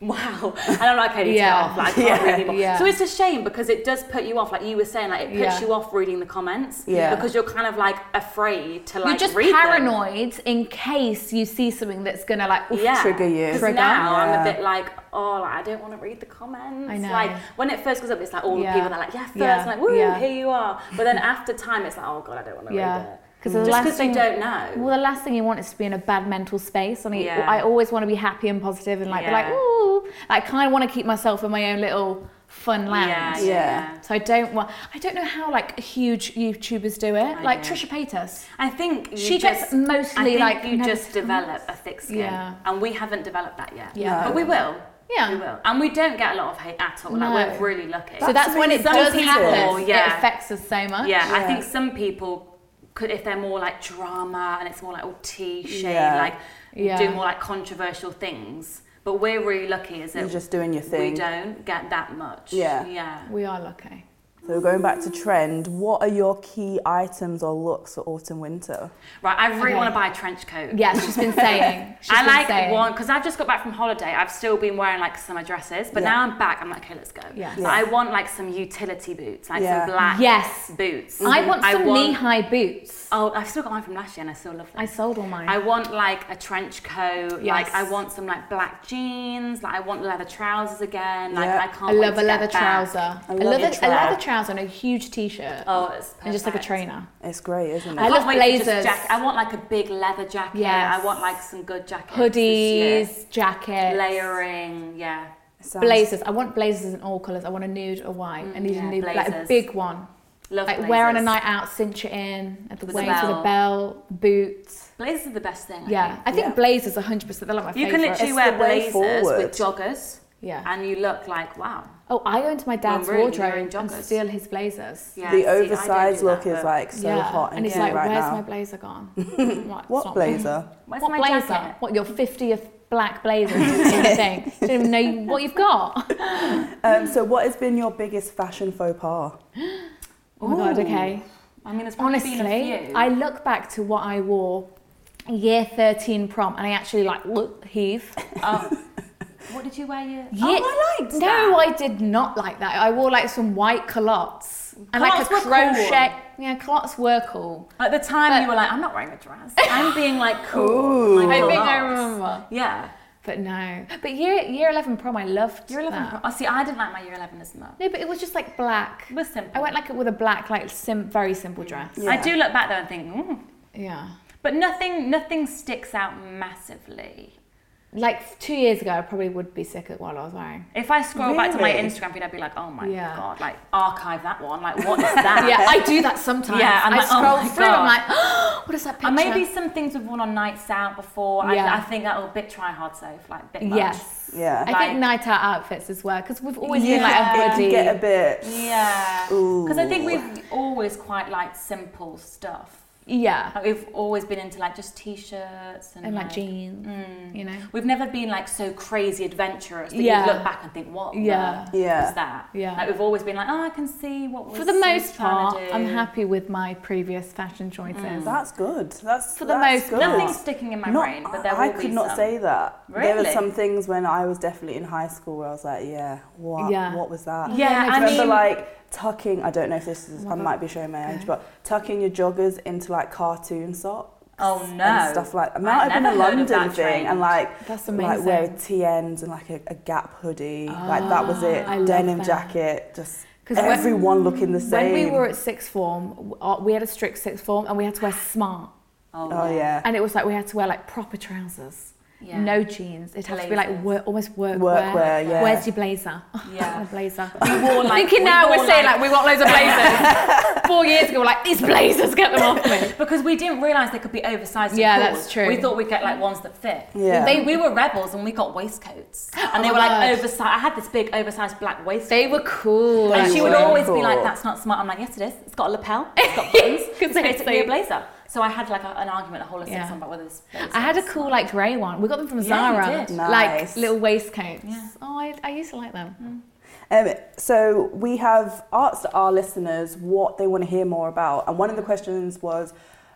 Speaker 6: wow. And I'm like, okay, I need to
Speaker 5: Yeah.
Speaker 6: get off. Like, I can't read anymore.
Speaker 5: Yeah.
Speaker 6: So it's a shame because it does put you off. Like you were saying, like it puts
Speaker 5: Yeah.
Speaker 6: you off reading the comments
Speaker 4: Yeah.
Speaker 6: because you're kind of like afraid to like
Speaker 5: You're just
Speaker 6: read them.
Speaker 5: paranoid in case you see something that's gonna like oof,
Speaker 6: Yeah.
Speaker 4: Trigger you.
Speaker 6: 'Cause
Speaker 4: Trigger.
Speaker 6: now I'm a
Speaker 4: Yeah.
Speaker 6: bit like, oh, like, I don't want to read the comments.
Speaker 5: I know.
Speaker 6: Like when it first goes up, it's like all
Speaker 5: Yeah.
Speaker 6: the people that are like, yeah, first,
Speaker 5: Yeah.
Speaker 6: I'm like, woo,
Speaker 5: Yeah.
Speaker 6: here you are. But then after time, it's like, oh god, I don't want to read
Speaker 5: Yeah.
Speaker 6: it.
Speaker 5: Because
Speaker 6: Just 'cause they don't know.
Speaker 5: Well, the last thing you want is to be in a bad mental space. I mean,
Speaker 6: Yeah.
Speaker 5: I always want to be happy and positive and like be like,
Speaker 6: Yeah.
Speaker 5: ooh. I kind of want to keep myself in my own little fun land.
Speaker 6: Yeah,
Speaker 4: Yeah.
Speaker 5: So I don't want. I don't know how like huge YouTubers do it. like
Speaker 6: know.
Speaker 5: Trisha Paytas.
Speaker 6: I think you
Speaker 5: She gets
Speaker 6: just,
Speaker 5: mostly,
Speaker 6: I think
Speaker 5: like,
Speaker 6: you just
Speaker 5: negative
Speaker 6: develop a thick skin,
Speaker 5: Yeah.
Speaker 6: and we haven't developed that yet.
Speaker 5: Yeah.
Speaker 6: but we will.
Speaker 5: Yeah.
Speaker 6: we will, and we don't get a lot of hate at all.
Speaker 5: No.
Speaker 6: Like we're really lucky.
Speaker 5: so that's when it
Speaker 4: Some
Speaker 5: does
Speaker 4: people,
Speaker 5: happen. It
Speaker 6: yeah.
Speaker 5: affects us so much.
Speaker 6: yeah, I
Speaker 4: Yeah.
Speaker 6: think some people could, if they're more like drama and it's more like all tea shade,
Speaker 4: Yeah.
Speaker 6: like
Speaker 5: Yeah.
Speaker 6: do more like controversial things. But we're really lucky, is that
Speaker 4: You're just doing your
Speaker 6: We
Speaker 4: thing.
Speaker 6: don't get that much.
Speaker 4: Yeah.
Speaker 6: yeah.
Speaker 5: We are lucky.
Speaker 4: so going back to trend, what are your key items or looks for autumn winter?
Speaker 6: Right, I really
Speaker 5: Okay.
Speaker 6: want to buy a trench coat.
Speaker 5: Yeah, she's been
Speaker 6: *laughs*
Speaker 5: saying. She's
Speaker 6: I
Speaker 5: been
Speaker 6: like
Speaker 5: saying.
Speaker 6: one because I've just got back from holiday. I've still been wearing like summer dresses, but
Speaker 4: Yeah.
Speaker 6: now I'm back. I'm like, okay, let's go.
Speaker 5: Yes.
Speaker 6: So I want like some utility boots, like
Speaker 4: Yeah.
Speaker 6: some black
Speaker 5: Yes.
Speaker 6: boots. Mm-hmm.
Speaker 5: I want some knee-high boots.
Speaker 6: Oh, I've still got mine from last year, and I still love them.
Speaker 5: I sold all mine.
Speaker 6: I want like a trench coat.
Speaker 5: Yes.
Speaker 6: Like I want some like black jeans. Like I want leather trousers again. Like
Speaker 4: Yeah.
Speaker 6: I can't.
Speaker 5: I love
Speaker 6: wait
Speaker 5: a
Speaker 6: to get
Speaker 5: leather
Speaker 6: back.
Speaker 5: trouser. I
Speaker 4: love
Speaker 5: love
Speaker 4: your
Speaker 5: a, a
Speaker 4: trou-
Speaker 5: leather trouser and a huge t-shirt.
Speaker 6: Oh, it's perfect.
Speaker 5: and just like a trainer.
Speaker 4: It's great, isn't it?
Speaker 5: I
Speaker 6: I
Speaker 5: love
Speaker 6: can't wait for
Speaker 5: blazers.
Speaker 6: just jacket. I want like a big leather jacket.
Speaker 5: Yes.
Speaker 6: I want like some good jackets. this year.
Speaker 5: Hoodies, jackets,
Speaker 6: layering. Yeah.
Speaker 4: Sounds-
Speaker 5: blazers. I want blazers in all colours. I want a nude, a white. I need
Speaker 6: Mm, yeah,
Speaker 5: a nude, like a
Speaker 6: blazers.
Speaker 5: big one.
Speaker 6: Love
Speaker 5: Like wear on a
Speaker 6: blazers.
Speaker 5: night out, cinch it in at the
Speaker 6: With a
Speaker 5: waist with a
Speaker 6: belt.
Speaker 5: belt, boots.
Speaker 6: Blazers are the best thing. I
Speaker 5: Yeah, I think
Speaker 4: Yeah.
Speaker 5: blazers 100%. They're like my
Speaker 6: You
Speaker 5: favourite.
Speaker 6: can literally
Speaker 4: It's
Speaker 6: wear
Speaker 4: the way
Speaker 6: blazers
Speaker 4: forward.
Speaker 6: with joggers.
Speaker 5: Yeah.
Speaker 6: And you look like, wow.
Speaker 5: Oh, I go into my dad's
Speaker 6: Well, really, you're
Speaker 5: wardrobe
Speaker 6: in
Speaker 5: and
Speaker 6: joggers.
Speaker 5: steal his blazers.
Speaker 6: Yeah, see,
Speaker 4: the
Speaker 6: I don't
Speaker 4: oversized
Speaker 6: do that,
Speaker 4: look is
Speaker 6: but-
Speaker 4: like so hot and,
Speaker 5: and it's
Speaker 4: cute
Speaker 5: like,
Speaker 4: right
Speaker 5: where's
Speaker 4: now.
Speaker 5: my
Speaker 4: *laughs*
Speaker 5: blazer gone? What,
Speaker 4: what
Speaker 5: *laughs*
Speaker 4: blazer?
Speaker 6: Where's
Speaker 5: What
Speaker 6: my
Speaker 5: blazer?
Speaker 6: jacket?
Speaker 5: What your fiftieth black
Speaker 4: *laughs*
Speaker 5: blazer? thing. Don't even know you- what you've got.
Speaker 4: Um, so what has been your biggest fashion faux pas?
Speaker 5: Oh my god, okay.
Speaker 6: I mean, there's probably
Speaker 5: Honestly,
Speaker 6: been a few.
Speaker 5: I look back to what I wore year 13 prom and I actually like look heave.
Speaker 6: Oh. *laughs* what did you wear? Your...
Speaker 5: Yeah.
Speaker 6: Oh, I liked
Speaker 5: no,
Speaker 6: that.
Speaker 5: I did not like that. I wore like some white culottes and
Speaker 6: Culottes
Speaker 5: like
Speaker 6: were
Speaker 5: a crochet.
Speaker 6: cool.
Speaker 5: Yeah, culottes were cool.
Speaker 6: At the time,
Speaker 5: But-
Speaker 6: you were like, I'm not wearing a dress. *laughs* I'm being like cool. Like,
Speaker 5: I think I
Speaker 6: relaxed.
Speaker 5: remember.
Speaker 6: Yeah.
Speaker 5: But no, but year year 11 prom, I loved
Speaker 6: Year 11.
Speaker 5: that.
Speaker 6: Pro- oh, see, I didn't like my year 11 as much.
Speaker 5: No, but it was just like black.
Speaker 6: It was simple. Mm.
Speaker 5: I went like with a black, like sim- very simple dress.
Speaker 6: I do look back though and think, mm.
Speaker 5: Yeah.
Speaker 6: but nothing, nothing sticks out massively.
Speaker 5: Like two years ago, I probably would be sick at what I was wearing.
Speaker 6: If I scroll back to my
Speaker 4: Really?
Speaker 6: Instagram feed, I'd be like, oh my
Speaker 5: Yeah.
Speaker 6: god, like archive that one. Like, what is that?
Speaker 5: *laughs*
Speaker 6: *laughs*
Speaker 5: Yeah, I do that sometimes.
Speaker 6: Yeah, I'm
Speaker 5: I
Speaker 6: like, oh
Speaker 5: scroll
Speaker 6: my
Speaker 5: through.
Speaker 6: God.
Speaker 5: I'm like, *gasps* what is that picture?
Speaker 6: And maybe some things we've worn on nights out before.
Speaker 5: Yeah.
Speaker 6: I, I think that will bit try hard so like bit much.
Speaker 5: Yes.
Speaker 4: Yeah.
Speaker 5: I think night out outfits as well because we've always been
Speaker 6: Yeah.
Speaker 5: like a
Speaker 4: it can
Speaker 5: hoodie.
Speaker 4: get a bit.
Speaker 6: Yeah. Because I think we've always quite liked simple stuff.
Speaker 5: yeah,
Speaker 6: Like, we've always been into like just t-shirts and,
Speaker 5: and like jeans,
Speaker 6: Mm.
Speaker 5: you know.
Speaker 6: We've never been like so crazy adventurous that
Speaker 5: Yeah.
Speaker 6: you look back and think, what
Speaker 5: Yeah.
Speaker 6: the
Speaker 4: Yeah.
Speaker 6: was that?
Speaker 5: Yeah.
Speaker 6: Like we've always been like, oh, I can see what was
Speaker 5: For the most
Speaker 6: trying
Speaker 5: part,
Speaker 6: to do.
Speaker 5: I'm happy with my previous fashion choices.
Speaker 4: That's good. That's
Speaker 5: For the
Speaker 4: that's
Speaker 5: most
Speaker 4: good.
Speaker 5: part.
Speaker 6: Nothing's sticking in my
Speaker 4: Not-
Speaker 6: brain, but there
Speaker 4: I, I
Speaker 6: will be
Speaker 4: could not
Speaker 6: some.
Speaker 4: say that. There were
Speaker 6: Really?
Speaker 4: some things when I was definitely in high school where I was like, yeah, what,
Speaker 5: Yeah.
Speaker 4: what was that?
Speaker 6: Yeah,
Speaker 5: Yeah,
Speaker 6: I
Speaker 4: I remember
Speaker 6: mean,
Speaker 4: like tucking. I don't know if this is. I might be showing my age, but tucking your joggers into like cartoon socks.
Speaker 6: Oh, no.
Speaker 4: And stuff like that.
Speaker 6: I've
Speaker 4: Might have been a
Speaker 6: never heard of
Speaker 4: London
Speaker 6: that
Speaker 4: thing,
Speaker 6: trend.
Speaker 4: and like
Speaker 5: That's
Speaker 4: Like wear
Speaker 5: amazing. Ah,
Speaker 4: TNs and like a, a Gap hoodie. like that was it.
Speaker 5: I love
Speaker 4: Denim
Speaker 5: that.
Speaker 4: jacket. Just
Speaker 5: 'Cause when-
Speaker 4: everyone looking the
Speaker 5: When
Speaker 4: same.
Speaker 5: we were at sixth form, w- uh, we had a strict sixth form and we had to wear smart.
Speaker 6: oh,
Speaker 4: oh yeah.
Speaker 5: And it was like we had to wear like proper trousers.
Speaker 6: Yeah.
Speaker 5: No jeans. It had to be like
Speaker 6: Blazers.
Speaker 5: wor- almost work wear.
Speaker 4: Workwear, yeah.
Speaker 5: Where's your blazer?
Speaker 6: Yeah.
Speaker 5: *laughs* a blazer.
Speaker 6: wore, like-
Speaker 5: Thinking
Speaker 6: we
Speaker 5: now we're
Speaker 6: wore,
Speaker 5: saying
Speaker 6: like-
Speaker 5: like we want loads *laughs* of blazers. Four years ago, we're like these blazers, get them off me.
Speaker 6: Because we didn't realise they could be oversized.
Speaker 5: Yeah,
Speaker 6: and
Speaker 5: that's
Speaker 6: cool.
Speaker 5: true.
Speaker 6: We thought we'd get like ones that fit.
Speaker 4: Yeah.
Speaker 6: They, we were rebels and we got waistcoats. And they
Speaker 5: *gasps* Oh
Speaker 6: were
Speaker 5: my
Speaker 6: like
Speaker 5: God.
Speaker 6: oversized. I had this big oversized black waistcoat.
Speaker 5: They were cool.
Speaker 6: and
Speaker 4: They
Speaker 6: she would
Speaker 4: were
Speaker 6: always
Speaker 4: cool.
Speaker 6: be like, that's not smart. I'm like, yes, it is. It's got a
Speaker 5: *laughs*
Speaker 6: lapel, it's got buttons, it's
Speaker 5: 'Cause they're
Speaker 6: basically a
Speaker 5: so-
Speaker 6: blazer. So I had like a, an argument, a whole of six
Speaker 5: Yeah.
Speaker 6: on about whether this
Speaker 5: I had a cool like grey one. We got them from
Speaker 6: Yeah, you
Speaker 5: Zara.
Speaker 6: did.
Speaker 5: Like
Speaker 4: Nice.
Speaker 5: little waistcoats.
Speaker 6: Yeah.
Speaker 5: Oh, I, I used to like them.
Speaker 4: Um, so we have asked our listeners what they want to hear more about, and one of the questions was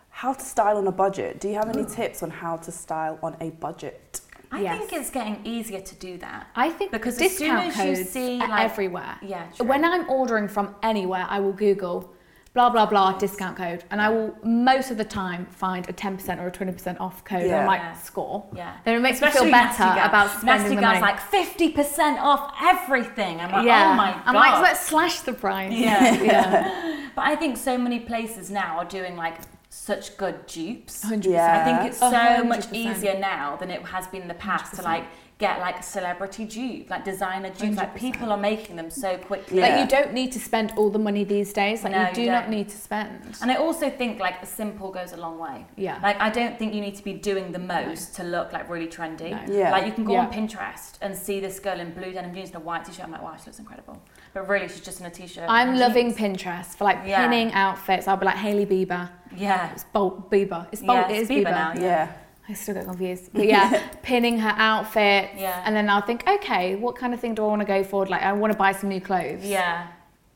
Speaker 4: how to style on a budget. Do you have any
Speaker 6: Hmm.
Speaker 4: tips on how to style on a budget?
Speaker 6: I
Speaker 5: Yes.
Speaker 6: think it's getting easier to do that.
Speaker 5: I think
Speaker 6: because
Speaker 5: discount
Speaker 6: as soon as
Speaker 5: codes
Speaker 6: you see
Speaker 5: are
Speaker 6: like,
Speaker 5: everywhere.
Speaker 6: Yeah, true.
Speaker 5: When I'm ordering from anywhere, I will Google blah blah blah discount code, and I will most of the time find a ten percent or a twenty percent off code. And
Speaker 4: Yeah.
Speaker 5: I'm like,
Speaker 6: Yeah.
Speaker 5: score.
Speaker 6: yeah.
Speaker 5: Then it makes
Speaker 6: Especially
Speaker 5: me feel better
Speaker 6: Nasty Gal.
Speaker 5: about spending
Speaker 6: Nasty
Speaker 5: the money.
Speaker 6: Gal's like fifty percent off everything. I'm like,
Speaker 5: yeah.
Speaker 6: oh my god.
Speaker 5: I'm like, let's slash the price.
Speaker 6: yeah, yeah. *laughs* but I think so many places now are doing like such good dupes.
Speaker 5: 100%.
Speaker 4: Yeah.
Speaker 6: I think it's
Speaker 5: A
Speaker 6: so
Speaker 5: hundred
Speaker 6: much
Speaker 5: percent.
Speaker 6: easier now than it has been in the past to like get like celebrity dupe, like designer dupe. Like people are making them so quickly.
Speaker 5: Like you don't need to spend all the money these days. Like
Speaker 6: No,
Speaker 5: you
Speaker 6: you
Speaker 5: do not
Speaker 6: don't.
Speaker 5: need to spend.
Speaker 6: And I also think like a simple goes a long way.
Speaker 5: Yeah.
Speaker 6: Like I don't think you need to be doing the most to look like really trendy.
Speaker 5: No.
Speaker 4: Yeah.
Speaker 6: Like you can go on
Speaker 5: Yeah.
Speaker 6: Pinterest and see this girl in blue denim jeans and a white t-shirt. I'm like, wow, she looks incredible. But really, she's just in a t-shirt.
Speaker 5: I'm
Speaker 6: and
Speaker 5: loving
Speaker 6: jeans.
Speaker 5: Pinterest for like
Speaker 6: Yeah.
Speaker 5: pinning outfits. I'll be like Haley Bieber.
Speaker 6: Yeah.
Speaker 5: It's Bolt Bieber. It's Bolt.
Speaker 6: Yeah,
Speaker 5: it is
Speaker 6: it's Bieber
Speaker 5: Bieber.
Speaker 6: now,
Speaker 4: Yeah.
Speaker 5: I still get
Speaker 6: *laughs*
Speaker 5: confused. But yeah, pinning her outfit.
Speaker 6: Yeah.
Speaker 5: And then I'll think, okay, what kind of thing do I want to go for? Like, I want to buy some new clothes.
Speaker 6: Yeah.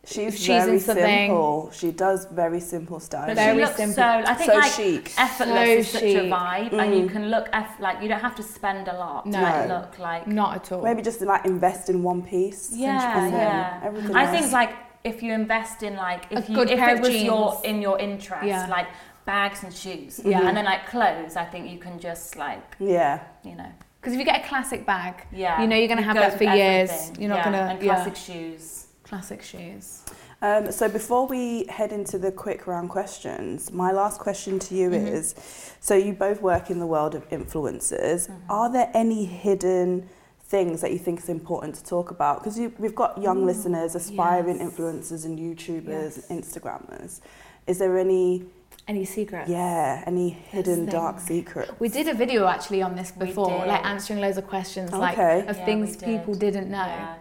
Speaker 4: She's,
Speaker 5: She's in
Speaker 4: very
Speaker 5: something-
Speaker 4: simple. She does very simple styling.
Speaker 6: But
Speaker 5: Very
Speaker 6: she looks
Speaker 5: simple.
Speaker 6: so. I think
Speaker 4: So
Speaker 6: like
Speaker 4: chic.
Speaker 6: effortless
Speaker 5: So
Speaker 6: is such a
Speaker 5: chic. Mm.
Speaker 6: vibe, and you can look eff- like you don't have to spend a lot
Speaker 5: No.
Speaker 6: to like, look like.
Speaker 5: Not at all.
Speaker 4: Maybe just like invest in one piece.
Speaker 6: Yeah,
Speaker 4: And then
Speaker 6: yeah.
Speaker 4: Everything
Speaker 6: I
Speaker 4: else.
Speaker 6: think like if you invest in like if
Speaker 5: A
Speaker 6: you
Speaker 5: good
Speaker 6: if
Speaker 5: pair
Speaker 6: it
Speaker 5: of
Speaker 6: was your
Speaker 5: jeans.
Speaker 6: in your interest,
Speaker 5: Yeah.
Speaker 6: like bags and shoes,
Speaker 5: Yeah.
Speaker 6: and then like clothes. I think you can just like
Speaker 4: yeah.
Speaker 6: you know,
Speaker 5: Because if you get a classic bag,
Speaker 6: yeah.
Speaker 5: you know you're going to
Speaker 6: It
Speaker 5: have
Speaker 6: goes
Speaker 5: that for
Speaker 6: with
Speaker 5: years.
Speaker 6: everything.
Speaker 5: You're not
Speaker 6: Yeah,
Speaker 5: going to.
Speaker 6: and classic shoes.
Speaker 5: classic shoes.
Speaker 4: Um, so before we head into the quick round questions, my last question to you is: so you both work in the world of influencers. Are there any hidden things that you think is important to talk about? Because we've got young listeners, aspiring influencers, and YouTubers, and Instagrammers. Is there any,
Speaker 5: Any secrets?
Speaker 4: yeah, any hidden dark secret?
Speaker 5: We did a video actually on this before,
Speaker 6: did.
Speaker 5: like answering loads of questions, like
Speaker 4: Oh, Okay.
Speaker 5: of
Speaker 6: Yeah,
Speaker 5: things
Speaker 6: we did.
Speaker 5: people didn't know.
Speaker 6: Yeah.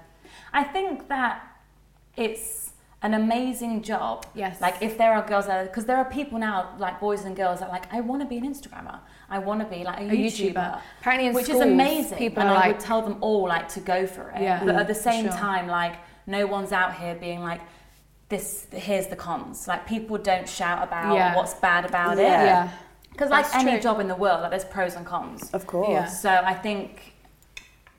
Speaker 6: I think that it's an amazing job.
Speaker 5: Yes.
Speaker 6: Like if there are girls out because there are people now, like boys and girls, that are like, I want to be an Instagrammer. I want to be like a,
Speaker 5: A YouTuber. Apparently in
Speaker 6: which is
Speaker 5: schools,
Speaker 6: amazing.
Speaker 5: people
Speaker 6: and
Speaker 5: are
Speaker 6: I
Speaker 5: like-
Speaker 6: would tell them all like to go for it.
Speaker 5: Yeah.
Speaker 6: But
Speaker 5: Mm,
Speaker 6: at the
Speaker 5: for
Speaker 6: same
Speaker 5: sure.
Speaker 6: time, like no one's out here being like. this here's the cons. Like people don't shout about
Speaker 5: Yeah.
Speaker 6: what's bad about
Speaker 4: Yeah.
Speaker 6: it.
Speaker 5: Yeah.
Speaker 6: Because like
Speaker 5: That's
Speaker 6: any
Speaker 5: true.
Speaker 6: job in the world, like there's pros and cons.
Speaker 4: Of course.
Speaker 5: Yeah.
Speaker 6: So I think,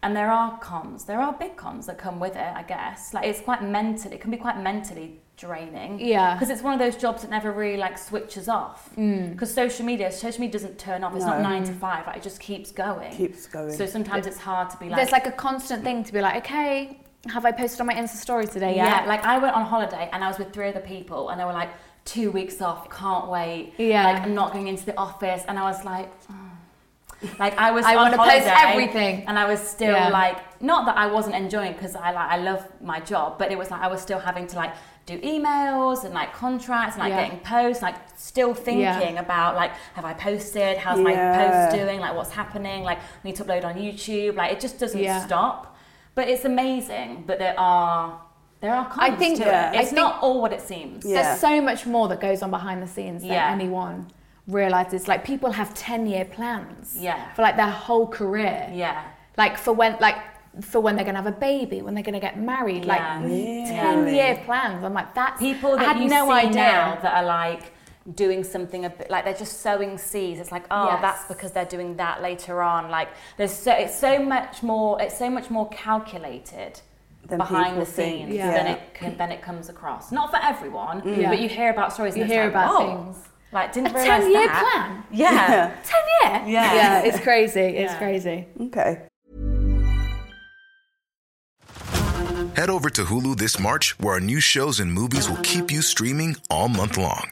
Speaker 6: and there are cons. There are big cons that come with it. I guess like it's quite mental. It can be quite mentally draining.
Speaker 5: Yeah.
Speaker 6: Because it's one of those jobs that never really like switches off. Because social media, social media doesn't turn off. It's not
Speaker 4: No.
Speaker 6: nine to five. Like it just keeps going.
Speaker 4: Keeps going.
Speaker 6: So sometimes it's hard to be like.
Speaker 5: There's like a constant thing to be like, okay, have I posted on my Insta story today?
Speaker 6: Yeah.
Speaker 5: yet?
Speaker 6: like I went on holiday and I was with three other people and they were like, two weeks off, can't wait.
Speaker 5: Yeah.
Speaker 6: Like I'm not going into the office. And I was like, "Oh." like I was
Speaker 5: I
Speaker 6: on
Speaker 5: wanna post
Speaker 6: holiday
Speaker 5: everything.
Speaker 6: And I was still
Speaker 5: Yeah.
Speaker 6: like, not that I wasn't enjoying because I like I love my job, but it was like I was still having to like do emails and like contracts and like
Speaker 5: Yeah.
Speaker 6: getting posts, like still thinking about like have I posted? How's my
Speaker 4: Yeah.
Speaker 6: post doing? Like what's happening? Like we need to upload on YouTube. Like it just doesn't
Speaker 5: Yeah.
Speaker 6: stop. But it's amazing that there are there are
Speaker 5: I
Speaker 6: cons
Speaker 5: think-
Speaker 6: to
Speaker 5: yeah,
Speaker 6: it.
Speaker 5: I
Speaker 6: It's not all what it seems.
Speaker 4: Yeah.
Speaker 5: There's so much more that goes on behind the scenes than
Speaker 6: Yeah.
Speaker 5: anyone realizes. Like people have 10 year plans
Speaker 6: Yeah.
Speaker 5: for like their whole career.
Speaker 6: Yeah.
Speaker 5: Like for when, like, for when they're gonna have a baby, when they're gonna get married,
Speaker 6: Yeah.
Speaker 5: like ten-year plans. I'm like, that's
Speaker 6: People
Speaker 5: I
Speaker 6: that
Speaker 5: had
Speaker 6: you
Speaker 5: no
Speaker 6: see
Speaker 5: idea.
Speaker 6: now that are like doing something a bit like they're just sowing seeds. It's like, oh,
Speaker 5: Yes.
Speaker 6: that's because they're doing that later on. Like there's so it's so much more it's so much more calculated
Speaker 4: Than
Speaker 6: behind the
Speaker 4: people think,
Speaker 6: scenes
Speaker 4: Yeah.
Speaker 6: than
Speaker 4: yeah.
Speaker 6: it can, than it comes across. Not for everyone,
Speaker 5: Mm. Yeah.
Speaker 6: but you hear about stories.
Speaker 5: You
Speaker 6: and it's
Speaker 5: hear
Speaker 6: like,
Speaker 5: about
Speaker 6: "Whoa."
Speaker 5: things.
Speaker 6: Like
Speaker 5: a
Speaker 6: didn't realize
Speaker 5: ten-year
Speaker 6: that.
Speaker 5: plan.
Speaker 6: Yeah. *laughs*
Speaker 5: Ten year.
Speaker 6: Yeah. *laughs*
Speaker 5: Yeah, it's crazy. It's
Speaker 6: Yeah.
Speaker 5: crazy.
Speaker 4: Okay.
Speaker 7: Head over to Hulu this March, where our new shows and movies will keep you streaming all month long.